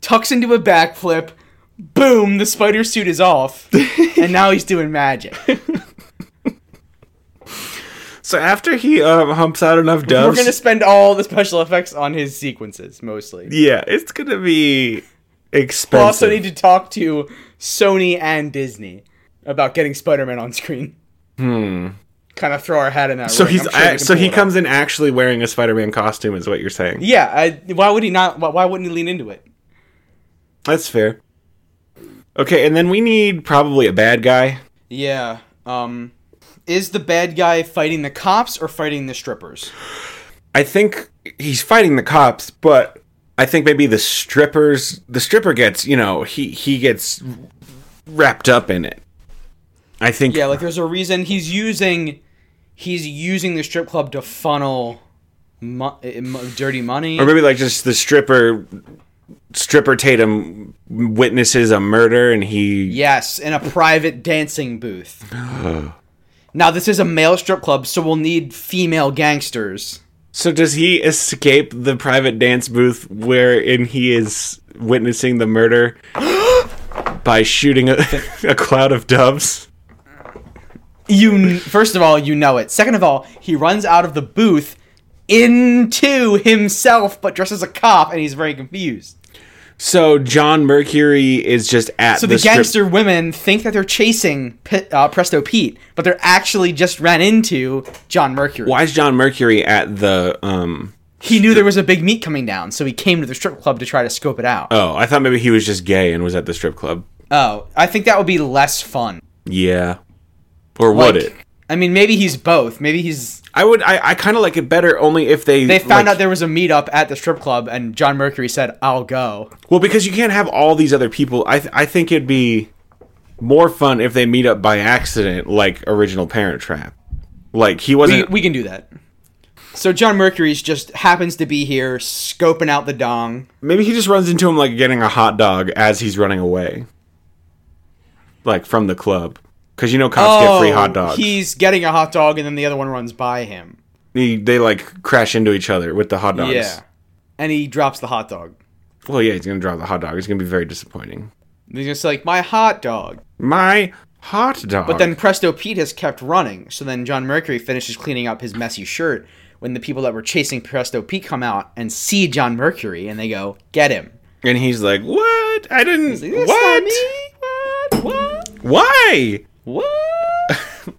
[SPEAKER 2] tucks into a backflip, boom, the spider suit is off, and now he's doing magic.
[SPEAKER 1] So after he um, humps out enough
[SPEAKER 2] We're
[SPEAKER 1] doves,
[SPEAKER 2] gonna spend all the special effects on his sequences mostly. We
[SPEAKER 1] yeah, it's gonna be expensive.
[SPEAKER 2] also need to talk to Sony and Disney about getting Spider-Man on screen. Hmm. Kind of throw our hat in that.
[SPEAKER 1] so
[SPEAKER 2] ring.
[SPEAKER 1] he's
[SPEAKER 2] I'm sure they
[SPEAKER 1] I-
[SPEAKER 2] can
[SPEAKER 1] so
[SPEAKER 2] pull
[SPEAKER 1] he
[SPEAKER 2] it off.
[SPEAKER 1] comes in actually wearing a Spider-Man costume, is what you're saying?
[SPEAKER 2] Yeah. I, why would he not? Why, why wouldn't he lean into it?
[SPEAKER 1] That's fair. Okay, and then we need probably a bad guy.
[SPEAKER 2] Yeah. Um is the bad guy fighting the cops or fighting the strippers?
[SPEAKER 1] I think he's fighting the cops, but I think maybe the strippers the stripper gets, you know, he he gets wrapped up in it. I think
[SPEAKER 2] Yeah, like there's a reason he's using he's using the strip club to funnel mo- eh, mo- dirty money.
[SPEAKER 1] or maybe like just the stripper stripper Tatum witnesses a murder and he
[SPEAKER 2] yes, in a private dancing booth. now this is a male strip club, so we'll need female gangsters.
[SPEAKER 1] So does he escape the private dance booth wherein he is witnessing the murder by shooting a, a cloud of doves?
[SPEAKER 2] You kn- first of all, you know it. Second of all, he runs out of the booth into himself but dressed as a cop and he's very confused.
[SPEAKER 1] So John Mercury is just at
[SPEAKER 2] So the,
[SPEAKER 1] strip-
[SPEAKER 2] gangster women think that they're chasing P- uh, Presto Pete, but they're actually just ran into John Mercury.
[SPEAKER 1] why is John Mercury at the um
[SPEAKER 2] He knew there was a big meet coming down, so he came to the strip club to try to scope it out.
[SPEAKER 1] oh, I thought maybe he was just gay and was at the strip club.
[SPEAKER 2] oh, I think that would be less fun.
[SPEAKER 1] Yeah. Or would
[SPEAKER 2] Like,
[SPEAKER 1] it?
[SPEAKER 2] I mean, maybe he's both. Maybe he's.
[SPEAKER 1] I would I, I kinda like it better only if they
[SPEAKER 2] They found
[SPEAKER 1] like-
[SPEAKER 2] out there was a meetup at the strip club, and John Mercury said, "I'll go."
[SPEAKER 1] Well, because you can't have all these other people. I th- I think it'd be more fun if they meet up by accident, like original Parent Trap. Like he
[SPEAKER 2] we,
[SPEAKER 1] wasn't.
[SPEAKER 2] we can do that. So John Mercury's just happens to be here scoping out the dong.
[SPEAKER 1] maybe he just runs into him like getting a hot dog as he's running away, like from the club. Because you know cops get free hot dogs.
[SPEAKER 2] Oh, He's getting a hot dog, and then the other one runs by him.
[SPEAKER 1] He- they like crash into each other with the hot dogs.
[SPEAKER 2] Yeah, and he drops the hot dog.
[SPEAKER 1] Well, yeah, he's gonna drop the hot dog. It's gonna be very disappointing.
[SPEAKER 2] And He's just like my hot dog.
[SPEAKER 1] My hot dog.
[SPEAKER 2] But then Presto Pete has kept running. So then John Mercury finishes cleaning up his messy shirt when the people that were chasing Presto Pete come out and see John Mercury, and they go, "Get him!"
[SPEAKER 1] and he's like, "What? I didn't.
[SPEAKER 2] Like, "That's
[SPEAKER 1] what?
[SPEAKER 2] not me. What? What?
[SPEAKER 1] Why?
[SPEAKER 2] What?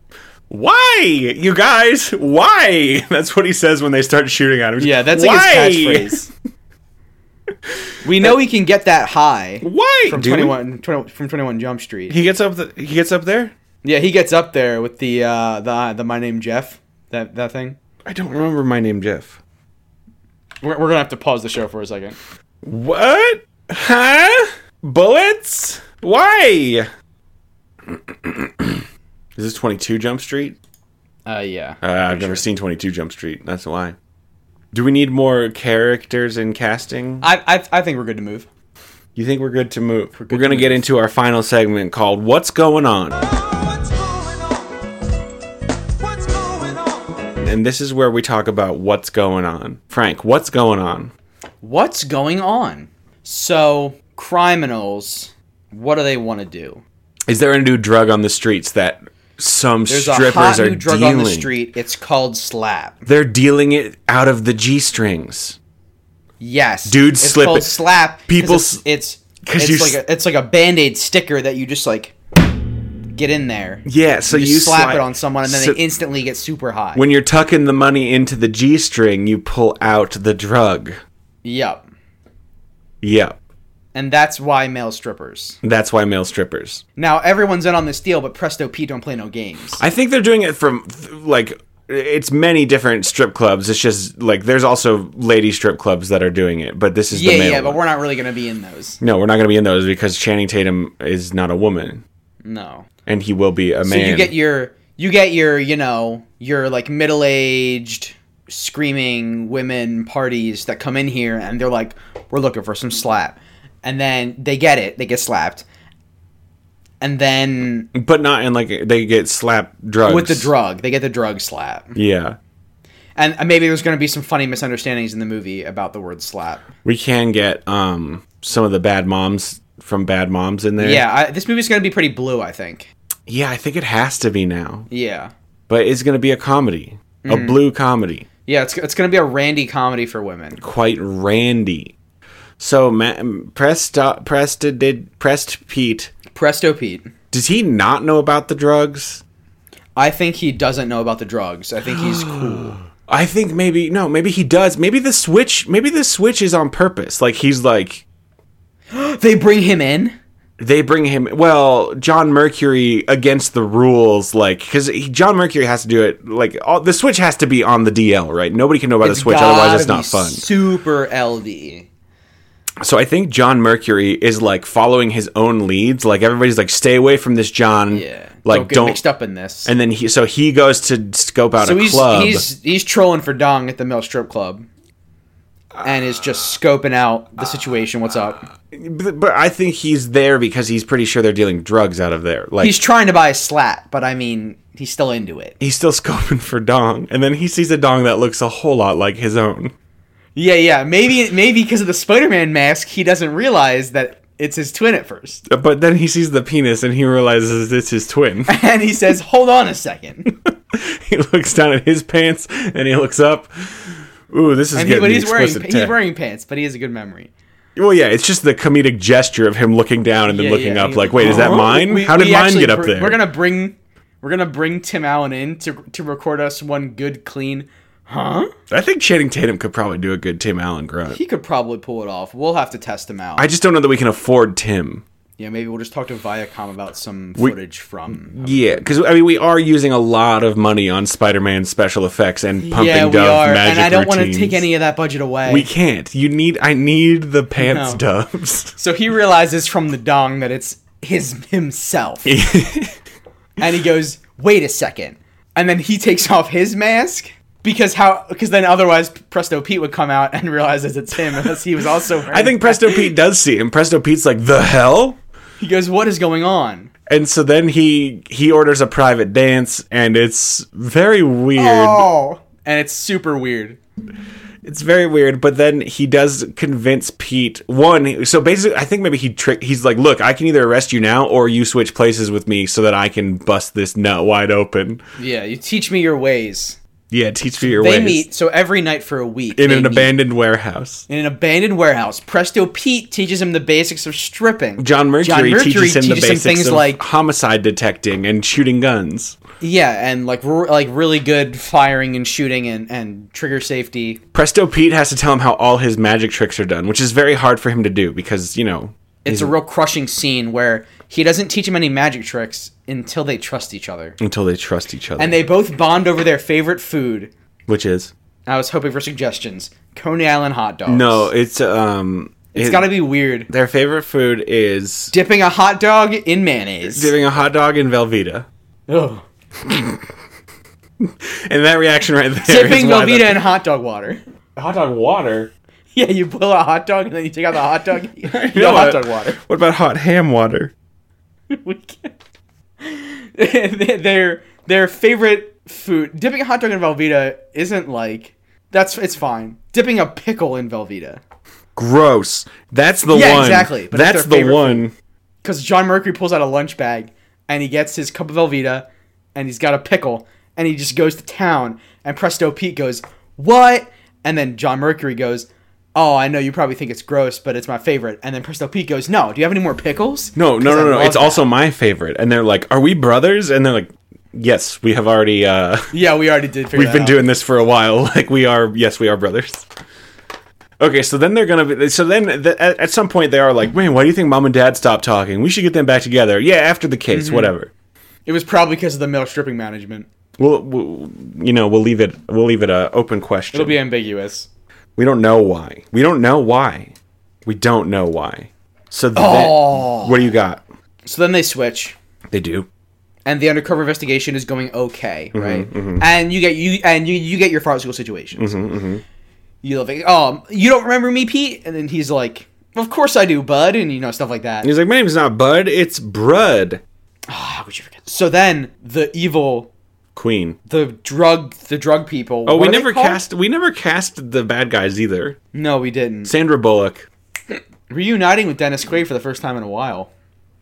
[SPEAKER 1] Why? You guys? Why? That's what he says when they start shooting at him.
[SPEAKER 2] Yeah, that's like
[SPEAKER 1] Why?
[SPEAKER 2] his catchphrase. we know he can get that high
[SPEAKER 1] Why?
[SPEAKER 2] from
[SPEAKER 1] dude?
[SPEAKER 2] 21, 20 from 21 Jump Street.
[SPEAKER 1] He gets up. The, he gets up there.
[SPEAKER 2] yeah, he gets up there with the uh, the the My Name Jeff that that thing.
[SPEAKER 1] I don't remember my name, Jeff.
[SPEAKER 2] We're, we're gonna have to pause the show for a second.
[SPEAKER 1] What? Huh? Bullets? Why? Is this 22 Jump Street?
[SPEAKER 2] Uh, yeah.
[SPEAKER 1] Uh, I've never seen 22 Jump Street. That's why. Do we need more characters in casting?
[SPEAKER 2] I, I I think we're good to move.
[SPEAKER 1] You think we're good to move? We're,
[SPEAKER 2] good
[SPEAKER 1] going to
[SPEAKER 2] to
[SPEAKER 1] get into our final segment called What's Going On?
[SPEAKER 5] What's going on? What's going on?
[SPEAKER 1] And this is where we talk about what's going on. Frank, what's going on?
[SPEAKER 2] What's going on? So criminals, what do they want to do?
[SPEAKER 1] Is there a new drug on the streets that some
[SPEAKER 2] There's
[SPEAKER 1] strippers
[SPEAKER 2] a hot
[SPEAKER 1] are
[SPEAKER 2] new drug
[SPEAKER 1] dealing?
[SPEAKER 2] on the street. It's called slap.
[SPEAKER 1] They're dealing it out of the G strings.
[SPEAKER 2] Yes,
[SPEAKER 1] Dudes
[SPEAKER 2] it's
[SPEAKER 1] slip
[SPEAKER 2] called
[SPEAKER 1] it.
[SPEAKER 2] slap. 'cause
[SPEAKER 1] People
[SPEAKER 2] it's
[SPEAKER 1] s-
[SPEAKER 2] it's
[SPEAKER 1] 'cause
[SPEAKER 2] it's
[SPEAKER 1] you
[SPEAKER 2] like
[SPEAKER 1] s-
[SPEAKER 2] a, it's like a band aid sticker that you just like get in there.
[SPEAKER 1] Yeah, so you,
[SPEAKER 2] just slap
[SPEAKER 1] slide-
[SPEAKER 2] it on someone and then
[SPEAKER 1] so
[SPEAKER 2] they instantly get super high.
[SPEAKER 1] when you're tucking the money into the G string, you pull out the drug.
[SPEAKER 2] yep,
[SPEAKER 1] Yep.
[SPEAKER 2] and that's why male strippers.
[SPEAKER 1] That's why male strippers.
[SPEAKER 2] Now everyone's in on this deal, but Presto P don't play no games.
[SPEAKER 1] I think they're doing it from th- like it's many different strip clubs. It's just like there's also lady strip clubs that are doing it, but this is
[SPEAKER 2] yeah,
[SPEAKER 1] the male.
[SPEAKER 2] yeah, but
[SPEAKER 1] one.
[SPEAKER 2] we're not really gonna be in those.
[SPEAKER 1] no, we're not going to be in those because Channing Tatum is not a woman,
[SPEAKER 2] No.
[SPEAKER 1] and he will be a
[SPEAKER 2] So
[SPEAKER 1] man.
[SPEAKER 2] you get your you get your you know your like middle aged screaming women parties that come in here and they're like we're looking for some slap and then they get it they get slapped and then
[SPEAKER 1] but not in like they get slapped drugs
[SPEAKER 2] with the drug they get the drug slap
[SPEAKER 1] Yeah,
[SPEAKER 2] and and maybe there's going to be some funny misunderstandings in the movie about the word slap
[SPEAKER 1] we can get um some of the bad moms from Bad Moms in there.
[SPEAKER 2] yeah I, this movie's going to be pretty blue i think
[SPEAKER 1] yeah, I think it has to be now.
[SPEAKER 2] yeah
[SPEAKER 1] but it's going to be a comedy, a
[SPEAKER 2] Mm.
[SPEAKER 1] blue comedy,
[SPEAKER 2] yeah it's, it's going to be a randy comedy for women
[SPEAKER 1] quite randy. So Ma- Presta Presta did Prest Pete.
[SPEAKER 2] presto pete
[SPEAKER 1] Does he not know about the drugs?
[SPEAKER 2] i think he doesn't know about the drugs i think he's cool
[SPEAKER 1] I think maybe no, maybe he does. Maybe the switch, maybe the switch is on purpose. Like he's like
[SPEAKER 2] they bring him in
[SPEAKER 1] they bring him well john mercury against the rules like because john mercury has to do it like all, the switch has to be on the dl right nobody can know about the switch otherwise it's
[SPEAKER 2] gotta
[SPEAKER 1] not
[SPEAKER 2] be
[SPEAKER 1] fun
[SPEAKER 2] Super LD.
[SPEAKER 1] So I think John Mercury is like following his own leads. Like everybody's like, stay away from this John.
[SPEAKER 2] Yeah.
[SPEAKER 1] Like
[SPEAKER 2] get
[SPEAKER 1] don't.
[SPEAKER 2] mixed up in this.
[SPEAKER 1] And then he so he goes to scope out
[SPEAKER 2] so
[SPEAKER 1] a
[SPEAKER 2] he's
[SPEAKER 1] club.
[SPEAKER 2] he's he's trolling for Dong at the Mill Strip Club. And is just scoping out the situation. What's up?
[SPEAKER 1] but, but I think he's there because he's pretty sure they're dealing drugs out of there. Like
[SPEAKER 2] He's
[SPEAKER 1] he's,
[SPEAKER 2] trying to buy a slat, but I mean, he's still into it.
[SPEAKER 1] still scoping for dong, and then he sees a dong that looks a whole lot like his own.
[SPEAKER 2] Yeah, yeah. Maybe, maybe because of the Spider-Man mask, he doesn't realize that it's his twin at first,
[SPEAKER 1] But then he sees the penis and he realizes it's his twin.
[SPEAKER 2] and he says, "Hold on a second.
[SPEAKER 1] he looks down at his pants and he looks up. Ooh, this is
[SPEAKER 2] And he,
[SPEAKER 1] getting
[SPEAKER 2] but he's wearing
[SPEAKER 1] explicit
[SPEAKER 2] he's
[SPEAKER 1] tech.
[SPEAKER 2] wearing pants, but he has a good memory.
[SPEAKER 1] Well, yeah, it's just the comedic gesture of him looking down and then
[SPEAKER 2] Yeah,
[SPEAKER 1] looking
[SPEAKER 2] yeah,
[SPEAKER 1] up,
[SPEAKER 2] he-
[SPEAKER 1] like, wait, is that
[SPEAKER 2] Huh?
[SPEAKER 1] mine?
[SPEAKER 2] We-
[SPEAKER 1] How did
[SPEAKER 2] we
[SPEAKER 1] mine
[SPEAKER 2] actually
[SPEAKER 1] get up
[SPEAKER 2] br-
[SPEAKER 1] there?
[SPEAKER 2] We're gonna bring we're gonna bring Tim Allen in to to record us one good clean. Huh?
[SPEAKER 1] I think Channing Tatum could probably do a good Tim Allen grunt.
[SPEAKER 2] He could probably pull it off. We'll have to test him out.
[SPEAKER 1] I just don't know that we can afford Tim.
[SPEAKER 2] yeah, maybe we'll just talk to Viacom about some footage from.
[SPEAKER 1] Yeah, because I mean, we are using a lot of money on Spider-Man's special effects and pumping
[SPEAKER 2] yeah, we
[SPEAKER 1] dove
[SPEAKER 2] are,
[SPEAKER 1] magic
[SPEAKER 2] and I don't want to
[SPEAKER 1] routines.
[SPEAKER 2] take any of that budget away.
[SPEAKER 1] We can't. You need. I need the pants
[SPEAKER 2] No.
[SPEAKER 1] doves.
[SPEAKER 2] so he realizes from the dong that it's his himself, and he goes, "Wait a second, and then he takes off his mask because how because then otherwise Presto Pete would come out and realizes it's him unless he was also.
[SPEAKER 1] I think Presto Pete does see him. Presto Pete's like, the hell?
[SPEAKER 2] he goes, "What is going on?"
[SPEAKER 1] And so then he he orders a private dance, and it's very weird.
[SPEAKER 2] Oh, and it's super weird.
[SPEAKER 1] It's very weird. But then he does convince Pete. One, so basically, I think maybe he trick. He's like, "Look, I can either arrest you now, or you switch places with me, so that I can bust this nut wide open."
[SPEAKER 2] Yeah, you teach me your ways.
[SPEAKER 1] Yeah, teach me your
[SPEAKER 2] They
[SPEAKER 1] ways.
[SPEAKER 2] meet so every night for a week
[SPEAKER 1] in
[SPEAKER 2] they
[SPEAKER 1] an
[SPEAKER 2] meet
[SPEAKER 1] abandoned warehouse.
[SPEAKER 2] in an abandoned warehouse. Presto Pete teaches him the basics of stripping.
[SPEAKER 1] John Mercury, teaches him the basics
[SPEAKER 2] things
[SPEAKER 1] of
[SPEAKER 2] like
[SPEAKER 1] homicide detecting and shooting guns.
[SPEAKER 2] yeah, and like r- like really good firing and shooting and and trigger safety.
[SPEAKER 1] Presto Pete has to tell him how all his magic tricks are done, which is very hard for him to do because you know
[SPEAKER 2] It's a real crushing scene where he doesn't teach him any magic tricks until they trust each other.
[SPEAKER 1] until they trust each other.
[SPEAKER 2] And they both bond over their favorite food.
[SPEAKER 1] which is
[SPEAKER 2] I was hoping for suggestions. Coney Island hot dogs.
[SPEAKER 1] no, it's um,
[SPEAKER 2] it's
[SPEAKER 1] it-
[SPEAKER 2] got to be weird.
[SPEAKER 1] Their favorite food is
[SPEAKER 2] Dipping a hot dog in mayonnaise.
[SPEAKER 1] dipping a hot dog in Velveeta,
[SPEAKER 2] Ugh.
[SPEAKER 1] and that reaction right there. is
[SPEAKER 2] Dipping
[SPEAKER 1] why the-
[SPEAKER 2] Velveeta in hot dog water.
[SPEAKER 1] hot dog water.
[SPEAKER 2] Yeah, you boil a hot dog and then you take out the hot dog. You
[SPEAKER 1] You
[SPEAKER 2] know
[SPEAKER 1] know
[SPEAKER 2] hot
[SPEAKER 1] what?
[SPEAKER 2] dog water.
[SPEAKER 1] What about hot ham water?
[SPEAKER 2] We can't- their their favorite food. Dipping a hot dog in Velveeta isn't like that's it's fine. Dipping a pickle in Velveeta
[SPEAKER 1] Gross. That's the
[SPEAKER 2] Yeah,
[SPEAKER 1] one.
[SPEAKER 2] exactly, but it's
[SPEAKER 1] That's
[SPEAKER 2] their
[SPEAKER 1] the
[SPEAKER 2] favorite
[SPEAKER 1] one.
[SPEAKER 2] because John Mercury pulls out a lunch bag and he gets his cup of Velveeta and he's got a pickle and he just goes to town and Presto Pete goes what and then John Mercury goes. Oh, I know you probably think it's gross, but it's my favorite. And then Presto Pete goes, "No, do you have any more pickles?"
[SPEAKER 1] No, no,
[SPEAKER 2] Because I
[SPEAKER 1] no, no.
[SPEAKER 2] love
[SPEAKER 1] It's
[SPEAKER 2] that.
[SPEAKER 1] also my favorite. And they're like, "Are we brothers?" And they're like, "Yes, we have already. uh
[SPEAKER 2] Yeah, we already did. Figure
[SPEAKER 1] We've
[SPEAKER 2] that
[SPEAKER 1] been
[SPEAKER 2] out.
[SPEAKER 1] doing this for a while. Like we are. Yes, we are brothers." Okay, so then they're gonna be. So then, th- at, at some point, they are like, "Man, why do you think mom and dad stopped talking? We should get them back together." Yeah, after the
[SPEAKER 2] Mm-hmm.
[SPEAKER 1] case, whatever.
[SPEAKER 2] It was probably because of the male stripping management.
[SPEAKER 1] We'll, we'll, you know, we'll leave it. We'll leave it a open question.
[SPEAKER 2] It'll be ambiguous.
[SPEAKER 1] we don't know why. We don't know why. We don't know why. So then,
[SPEAKER 2] Oh.
[SPEAKER 1] what do you got?
[SPEAKER 2] So then they switch,
[SPEAKER 1] They do.
[SPEAKER 2] and the undercover investigation is going okay,
[SPEAKER 1] Mm-hmm,
[SPEAKER 2] right? And you get you and you you get your farcical situations.
[SPEAKER 1] Mm-hmm,
[SPEAKER 2] You like, oh, you don't remember me, Pete? And then he's like, of course I do, bud, and you know stuff like that.
[SPEAKER 1] And he's like, "My name's not Bud. It's Brud
[SPEAKER 2] How would you forget? So then the evil,
[SPEAKER 1] Queen."
[SPEAKER 2] the drug, the drug people.
[SPEAKER 1] Oh,
[SPEAKER 2] what
[SPEAKER 1] we
[SPEAKER 2] are they
[SPEAKER 1] never
[SPEAKER 2] called?
[SPEAKER 1] cast. We never cast the bad guys either.
[SPEAKER 2] No, we didn't.
[SPEAKER 1] Sandra Bullock.
[SPEAKER 2] Reuniting with Dennis Quaid for the first time in a while.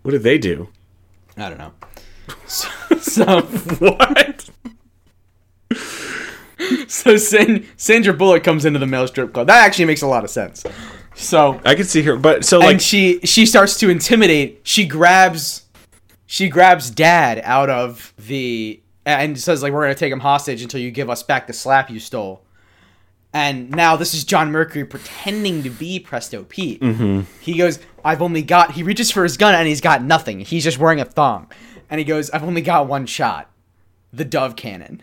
[SPEAKER 1] What did they do?
[SPEAKER 2] I don't know. So, so,
[SPEAKER 1] What?
[SPEAKER 2] so San, Sandra Bullock comes into the male strip club. That actually makes a lot of sense. So
[SPEAKER 1] I could see her, but so like
[SPEAKER 2] and she she starts to intimidate. She grabs she grabs dad out of the and says like we're gonna take him hostage until you give us back the slap you stole. And now this is John Mercury pretending to be Presto Pete. He goes, "I've only got." He reaches for his gun and he's got nothing. He's just wearing a thong, and he goes, "I've only got one shot, the dove cannon."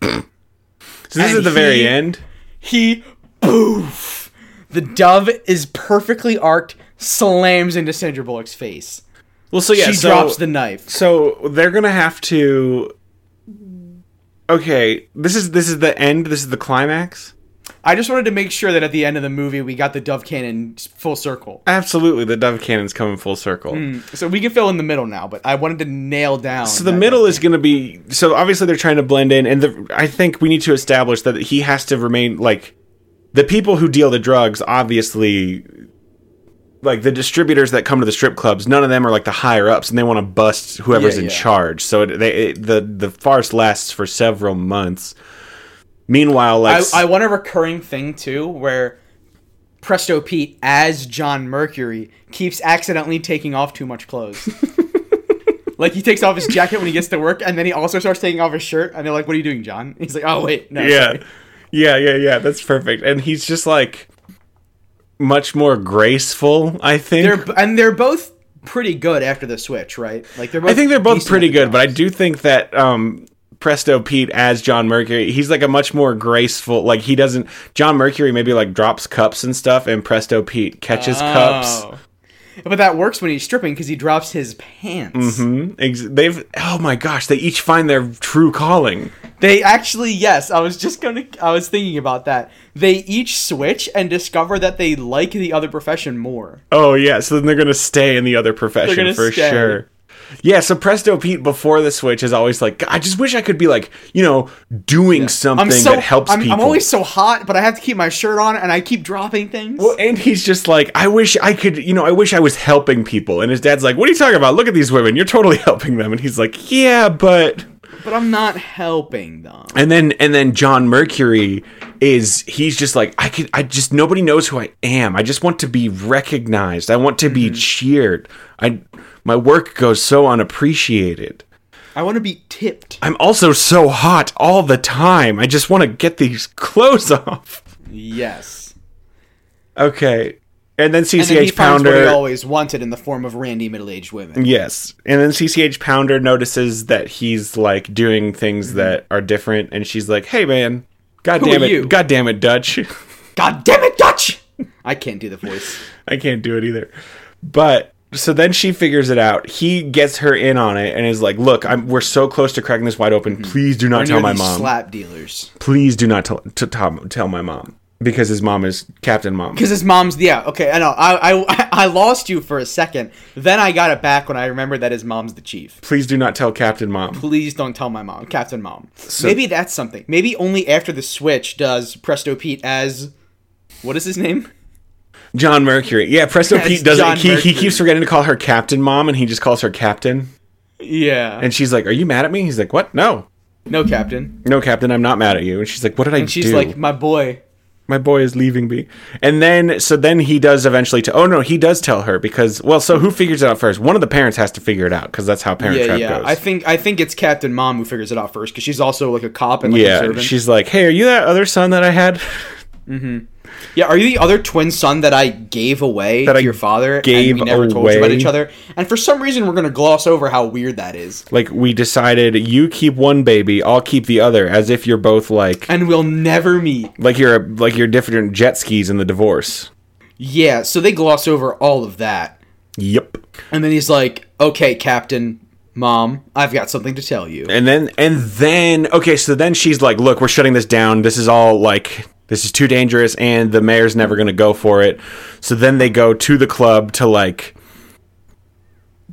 [SPEAKER 1] so this is
[SPEAKER 2] and
[SPEAKER 1] at the very
[SPEAKER 2] he-
[SPEAKER 1] end.
[SPEAKER 2] He poof. The dove is perfectly arced, slams into Sandra Bullock's face.
[SPEAKER 1] Well, so yeah,
[SPEAKER 2] she
[SPEAKER 1] so,
[SPEAKER 2] drops the knife.
[SPEAKER 1] So they're gonna have to. Okay, this is this is the end. This is the climax.
[SPEAKER 2] I just wanted to make sure that at the end of the movie we got the dove cannon full circle.
[SPEAKER 1] Absolutely, the dove cannon's coming full circle.
[SPEAKER 2] So we can fill in the middle now, but I wanted to nail down.
[SPEAKER 1] So the middle is going to be so obviously they're trying to blend in, and the, I think we need to establish that he has to remain like the people who deal the drugs. Obviously, like the distributors that come to the strip clubs, none of them are like the higher ups, and they want to bust whoever's
[SPEAKER 2] Yeah,
[SPEAKER 1] in
[SPEAKER 2] yeah.
[SPEAKER 1] charge. So it, they, it, the the farce lasts for several months. Meanwhile, like
[SPEAKER 2] I, I want a recurring thing too, where Presto Pete as John Mercury keeps accidentally taking off too much clothes. like he takes off his jacket when he gets to work, and then he also starts taking off his shirt. And they're like, "What are you doing, John?" He's like, "Oh wait, no."
[SPEAKER 1] yeah
[SPEAKER 2] sorry."
[SPEAKER 1] yeah yeah yeah that's perfect and he's just like much more graceful i think
[SPEAKER 2] They're and they're both pretty good after the switch, right? Like they're both
[SPEAKER 1] i think they're both
[SPEAKER 2] decent
[SPEAKER 1] pretty
[SPEAKER 2] at
[SPEAKER 1] good but i
[SPEAKER 2] jobs.
[SPEAKER 1] do think that um presto pete as john mercury he's like a much more graceful like he doesn't john mercury maybe like drops cups and stuff and presto pete catches cups
[SPEAKER 2] Oh. But that works when he's stripping because he drops his pants.
[SPEAKER 1] Hmm? Ex- They've oh my gosh, they each find their true calling.
[SPEAKER 2] They actually, yes, I was just gonna, I was thinking about that. They each switch and discover that they like the other profession more.
[SPEAKER 1] Oh yeah, so then they're gonna stay in the other profession
[SPEAKER 2] gonna
[SPEAKER 1] for
[SPEAKER 2] stay.
[SPEAKER 1] sure. Yeah, so Presto Pete before the switch is always like, I just wish I could be like, you know, doing something
[SPEAKER 2] I'm so,
[SPEAKER 1] that helps
[SPEAKER 2] I'm,
[SPEAKER 1] people.
[SPEAKER 2] I'm always so hot, but I have to keep my shirt on and I keep dropping things.
[SPEAKER 1] Well, and he's just like, I wish I could, you know, I wish I was helping people. And his dad's like, What are you talking about? Look at these women. You're totally helping them. And he's like, Yeah, but.
[SPEAKER 2] But I'm not helping them.
[SPEAKER 1] And then, and then John Mercury is, he's just like, I could, I just, nobody knows who I am. I just want to be recognized. I want to
[SPEAKER 2] Mm-hmm.
[SPEAKER 1] be cheered. I, my work goes so unappreciated.
[SPEAKER 2] I want to be tipped.
[SPEAKER 1] I'm also so hot all the time. I just want to get these clothes off.
[SPEAKER 2] Yes.
[SPEAKER 1] Okay. And then
[SPEAKER 2] And then he
[SPEAKER 1] CCH
[SPEAKER 2] finds what he
[SPEAKER 1] Pounder.
[SPEAKER 2] always wanted in the form of randy middle-aged women.
[SPEAKER 1] Yes. And then CCH Pounder notices that he's like doing things that are different and she's like, "Hey man, god
[SPEAKER 2] Mm-hmm. Who
[SPEAKER 1] damn
[SPEAKER 2] are
[SPEAKER 1] it.
[SPEAKER 2] you?"
[SPEAKER 1] God damn it, Dutch.
[SPEAKER 2] God damn it, Dutch! I can't do the voice.
[SPEAKER 1] I can't do it either." But so then she figures it out. He gets her in on it and is like, "Look, I'm we're so close to cracking this wide open.
[SPEAKER 2] Mm-hmm.
[SPEAKER 1] Please do not
[SPEAKER 2] We're
[SPEAKER 1] tell
[SPEAKER 2] near
[SPEAKER 1] my
[SPEAKER 2] these
[SPEAKER 1] mom.
[SPEAKER 2] Slap dealers.
[SPEAKER 1] Please do not tell to Tom tell my mom." Because his mom is Captain Mom.
[SPEAKER 2] Because his mom's yeah okay I know I, I I lost you for a second then I got it back when I remembered that his mom's the chief.
[SPEAKER 1] Please do not tell Captain Mom.
[SPEAKER 2] Please don't tell my mom, Captain Mom. Maybe that's something. Maybe only after the switch does Presto Pete as what is his name?
[SPEAKER 1] John Mercury. Yeah, Presto
[SPEAKER 2] That's
[SPEAKER 1] Pete doesn't.
[SPEAKER 2] John
[SPEAKER 1] He, he
[SPEAKER 2] Mercury.
[SPEAKER 1] keeps forgetting to call her Captain Mom, and he just calls her Captain.
[SPEAKER 2] Yeah.
[SPEAKER 1] And she's like, "Are you mad at me?" He's like, "What? No,
[SPEAKER 2] no captain.
[SPEAKER 1] no, Captain, I'm not mad at you." And she's like, "What did I
[SPEAKER 2] And she's
[SPEAKER 1] do?
[SPEAKER 2] like my boy.
[SPEAKER 1] My boy is leaving me." And then, so then he does eventually. To oh no, he does tell her because well, so who figures it out first? One of the parents has to figure it out because that's how Parent
[SPEAKER 2] Yeah,
[SPEAKER 1] Trap
[SPEAKER 2] yeah.
[SPEAKER 1] goes.
[SPEAKER 2] I think I think it's Captain Mom who figures it out first because she's also like a cop and like
[SPEAKER 1] yeah,
[SPEAKER 2] observant.
[SPEAKER 1] she's like, "Hey, are you that other son that I had?"
[SPEAKER 2] Yeah, are you the other twin son that I gave away
[SPEAKER 1] That
[SPEAKER 2] to
[SPEAKER 1] I
[SPEAKER 2] your father?
[SPEAKER 1] gave
[SPEAKER 2] and we never told you about
[SPEAKER 1] away?
[SPEAKER 2] each other. And for some reason, we're gonna gloss over how weird that is,
[SPEAKER 1] like we decided, you keep one baby, I'll keep the other, as if you're both like
[SPEAKER 2] and we'll never meet.
[SPEAKER 1] like you're like you're different jet skis in the divorce.
[SPEAKER 2] Yeah, so they gloss over all of that,
[SPEAKER 1] Yep.
[SPEAKER 2] and then he's like, "Okay, Captain, Mom, I've got something to tell you."
[SPEAKER 1] And then and then okay, so then she's like, "Look, we're shutting this down. This is all like this is too dangerous and the mayor's never going to go for it." So then they go to the club to like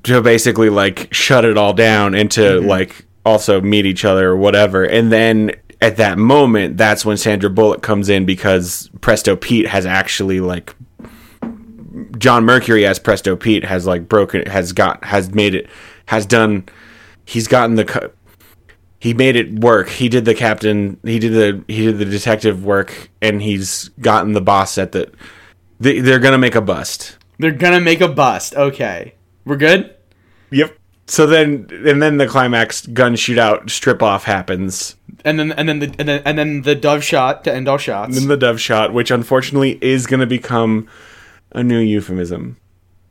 [SPEAKER 1] to basically like shut it all down and to like also meet each other or whatever. And then at that moment, that's when Sandra Bullock comes in because Presto Pete has actually like John Mercury as Presto Pete has like broken has got has made it has done he's gotten the co- he made it work. He did the captain. He did the he did the detective work, and he's gotten the boss at the. They, they're gonna make a bust.
[SPEAKER 2] They're gonna make a bust. Okay, we're good.
[SPEAKER 1] Yep. So then, and then the climax gun shootout strip off happens.
[SPEAKER 2] And then and then the and then and then the dove shot to end all shots.
[SPEAKER 1] Then the dove shot, which unfortunately is gonna become a new euphemism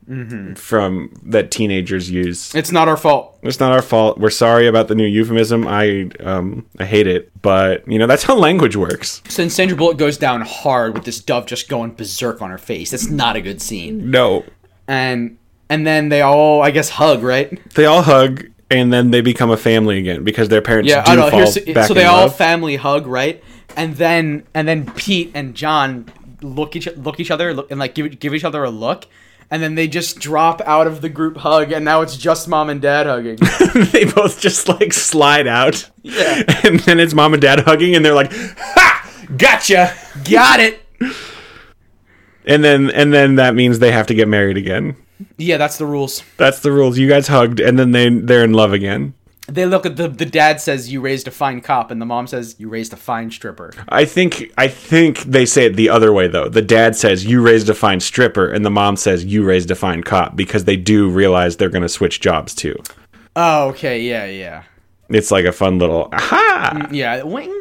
[SPEAKER 1] Mm-hmm. from that teenagers use.
[SPEAKER 2] It's not our fault.
[SPEAKER 1] It's not our fault. We're sorry about the new euphemism. I um I hate it, but you know that's how language works.
[SPEAKER 2] Since Sandra Bullock goes down hard with this dove just going berserk on her face, that's not a good scene.
[SPEAKER 1] No,
[SPEAKER 2] and and then they all I guess hug right
[SPEAKER 1] they all hug and then they become a family again because their parents
[SPEAKER 2] yeah
[SPEAKER 1] do
[SPEAKER 2] I know
[SPEAKER 1] fall
[SPEAKER 2] here's
[SPEAKER 1] back
[SPEAKER 2] so they
[SPEAKER 1] in
[SPEAKER 2] all
[SPEAKER 1] love.
[SPEAKER 2] family hug right and then and then Pete and John look each look each other look, and like give give each other a look and then they just drop out of the group hug and now it's just mom and dad hugging
[SPEAKER 1] they both just like slide out.
[SPEAKER 2] Yeah.
[SPEAKER 1] And then it's mom and dad hugging and they're like, "Ha! Gotcha."
[SPEAKER 2] got it
[SPEAKER 1] And then and then that means they have to get married again.
[SPEAKER 2] yeah that's the rules
[SPEAKER 1] That's the rules. You guys hugged and then they they're in love again.
[SPEAKER 2] they look at the the dad says you raised a fine cop and the mom says you raised a fine stripper
[SPEAKER 1] I think I think they say it the other way though. The dad says, "You raised a fine stripper," and the mom says, "You raised a fine cop," because they do realize they're going to switch jobs too.
[SPEAKER 2] oh okay yeah yeah
[SPEAKER 1] It's like a fun little aha.
[SPEAKER 2] yeah wing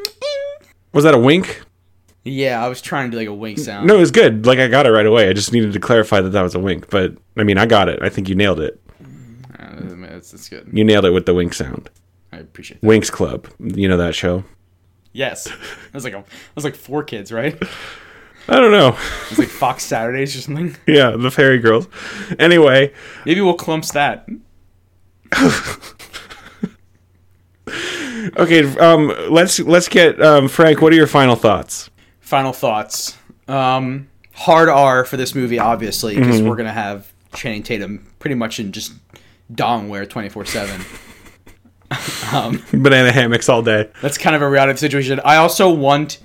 [SPEAKER 1] Was that a wink?
[SPEAKER 2] yeah I was trying to do like a wink sound
[SPEAKER 1] No, it was good. Like I got it right away. I just needed to clarify that that was a wink. But I mean, I got it. I think you nailed it.
[SPEAKER 2] that's, that's Uh, good
[SPEAKER 1] You nailed it with the wink sound.
[SPEAKER 2] I appreciate that.
[SPEAKER 1] Winks Club. You know that show.
[SPEAKER 2] Yes. It was like a, it was like four kids, right?
[SPEAKER 1] I don't know.
[SPEAKER 2] It's like Fox Saturdays or something.
[SPEAKER 1] Yeah, the fairy girls. Anyway,
[SPEAKER 2] Maybe we'll clumps that.
[SPEAKER 1] okay, um, let's let's get um, Frank. What are your final thoughts?
[SPEAKER 2] Final thoughts. Um, hard R for this movie, obviously, because
[SPEAKER 1] Mm-hmm.
[SPEAKER 2] we're gonna have Channing Tatum pretty much in just dongware twenty four seven.
[SPEAKER 1] Banana hammocks all day.
[SPEAKER 2] That's kind of a reality situation. I also want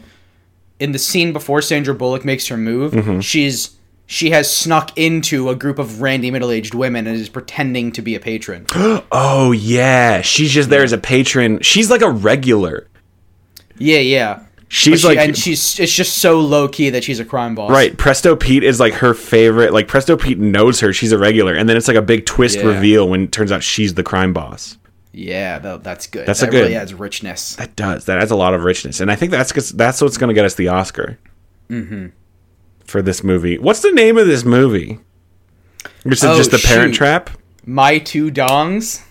[SPEAKER 2] in the scene before Sandra Bullock makes her move,
[SPEAKER 1] Mm-hmm.
[SPEAKER 2] she's she has snuck into a group of randy middle aged women and is pretending to be a patron.
[SPEAKER 1] Oh yeah, she's just there as a patron. She's like a regular.
[SPEAKER 2] yeah, yeah. But
[SPEAKER 1] She's
[SPEAKER 2] she-
[SPEAKER 1] like
[SPEAKER 2] and she's it's just so low key that she's a crime boss.
[SPEAKER 1] right. Presto Pete is like her favorite. Like Presto Pete knows her. She's a regular, and then it's like a big twist
[SPEAKER 2] Yeah.
[SPEAKER 1] reveal when it turns out she's the crime boss.
[SPEAKER 2] Yeah, tha- that's good.
[SPEAKER 1] That's a
[SPEAKER 2] that
[SPEAKER 1] good-
[SPEAKER 2] really adds richness.
[SPEAKER 1] That does. That adds a lot of richness, and I think that's 'cause- that's what's going to get us the Oscar
[SPEAKER 2] Mm-hmm.
[SPEAKER 1] for this movie. What's the name of this movie? Is it
[SPEAKER 2] Oh,
[SPEAKER 1] just the Parent
[SPEAKER 2] shoot.
[SPEAKER 1] Trap?
[SPEAKER 2] My two dongs,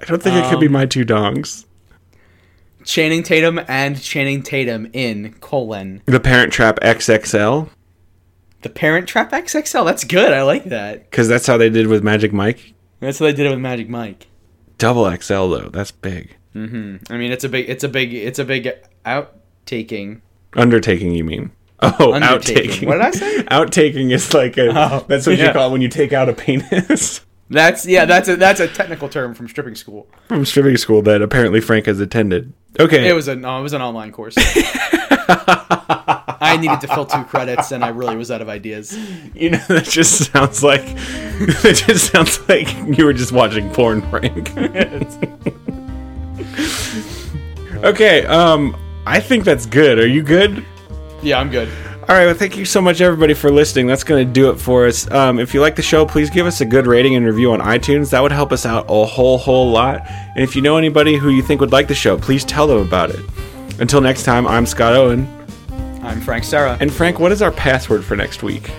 [SPEAKER 1] I don't think it could
[SPEAKER 2] Um,
[SPEAKER 1] be my two dongs.
[SPEAKER 2] Channing Tatum and Channing Tatum in colon
[SPEAKER 1] The Parent Trap XXL,
[SPEAKER 2] the Parent Trap XXL. That's good. I like that.
[SPEAKER 1] because that's how they did with Magic Mike.
[SPEAKER 2] That's how they did it with Magic Mike.
[SPEAKER 1] Double XL though, that's big.
[SPEAKER 2] I mean, it's a big, it's a big, it's a big outtaking.
[SPEAKER 1] Undertaking, you mean? Oh, outtaking.
[SPEAKER 2] Undertaking. What did I say?
[SPEAKER 1] Outtaking is like a.
[SPEAKER 2] Oh,
[SPEAKER 1] that's what you
[SPEAKER 2] yeah.
[SPEAKER 1] call it when you take out a penis
[SPEAKER 2] That's yeah. That's a that's a technical term from stripping school.
[SPEAKER 1] from stripping school that apparently Frank has attended. Okay,
[SPEAKER 2] It was an no, it was an online course. I needed to fill two credits, and I really was out of ideas.
[SPEAKER 1] you know that just sounds like that just sounds like you were just watching porn, Frank. okay, um, I think that's good. Are you good?
[SPEAKER 2] Yeah, I'm good.
[SPEAKER 1] All right, well, thank you so much, everybody, for listening. That's going to do it for us. Um, if you like the show, please give us a good rating and review on iTunes. That would help us out a whole, whole lot. And if you know anybody who you think would like the show, please tell them about it. Until next time, I'm Scott Owen.
[SPEAKER 2] I'm Frank Sarah, and
[SPEAKER 1] And Frank, what is our password for next week?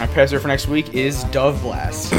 [SPEAKER 2] our password for next week is Dove Blast.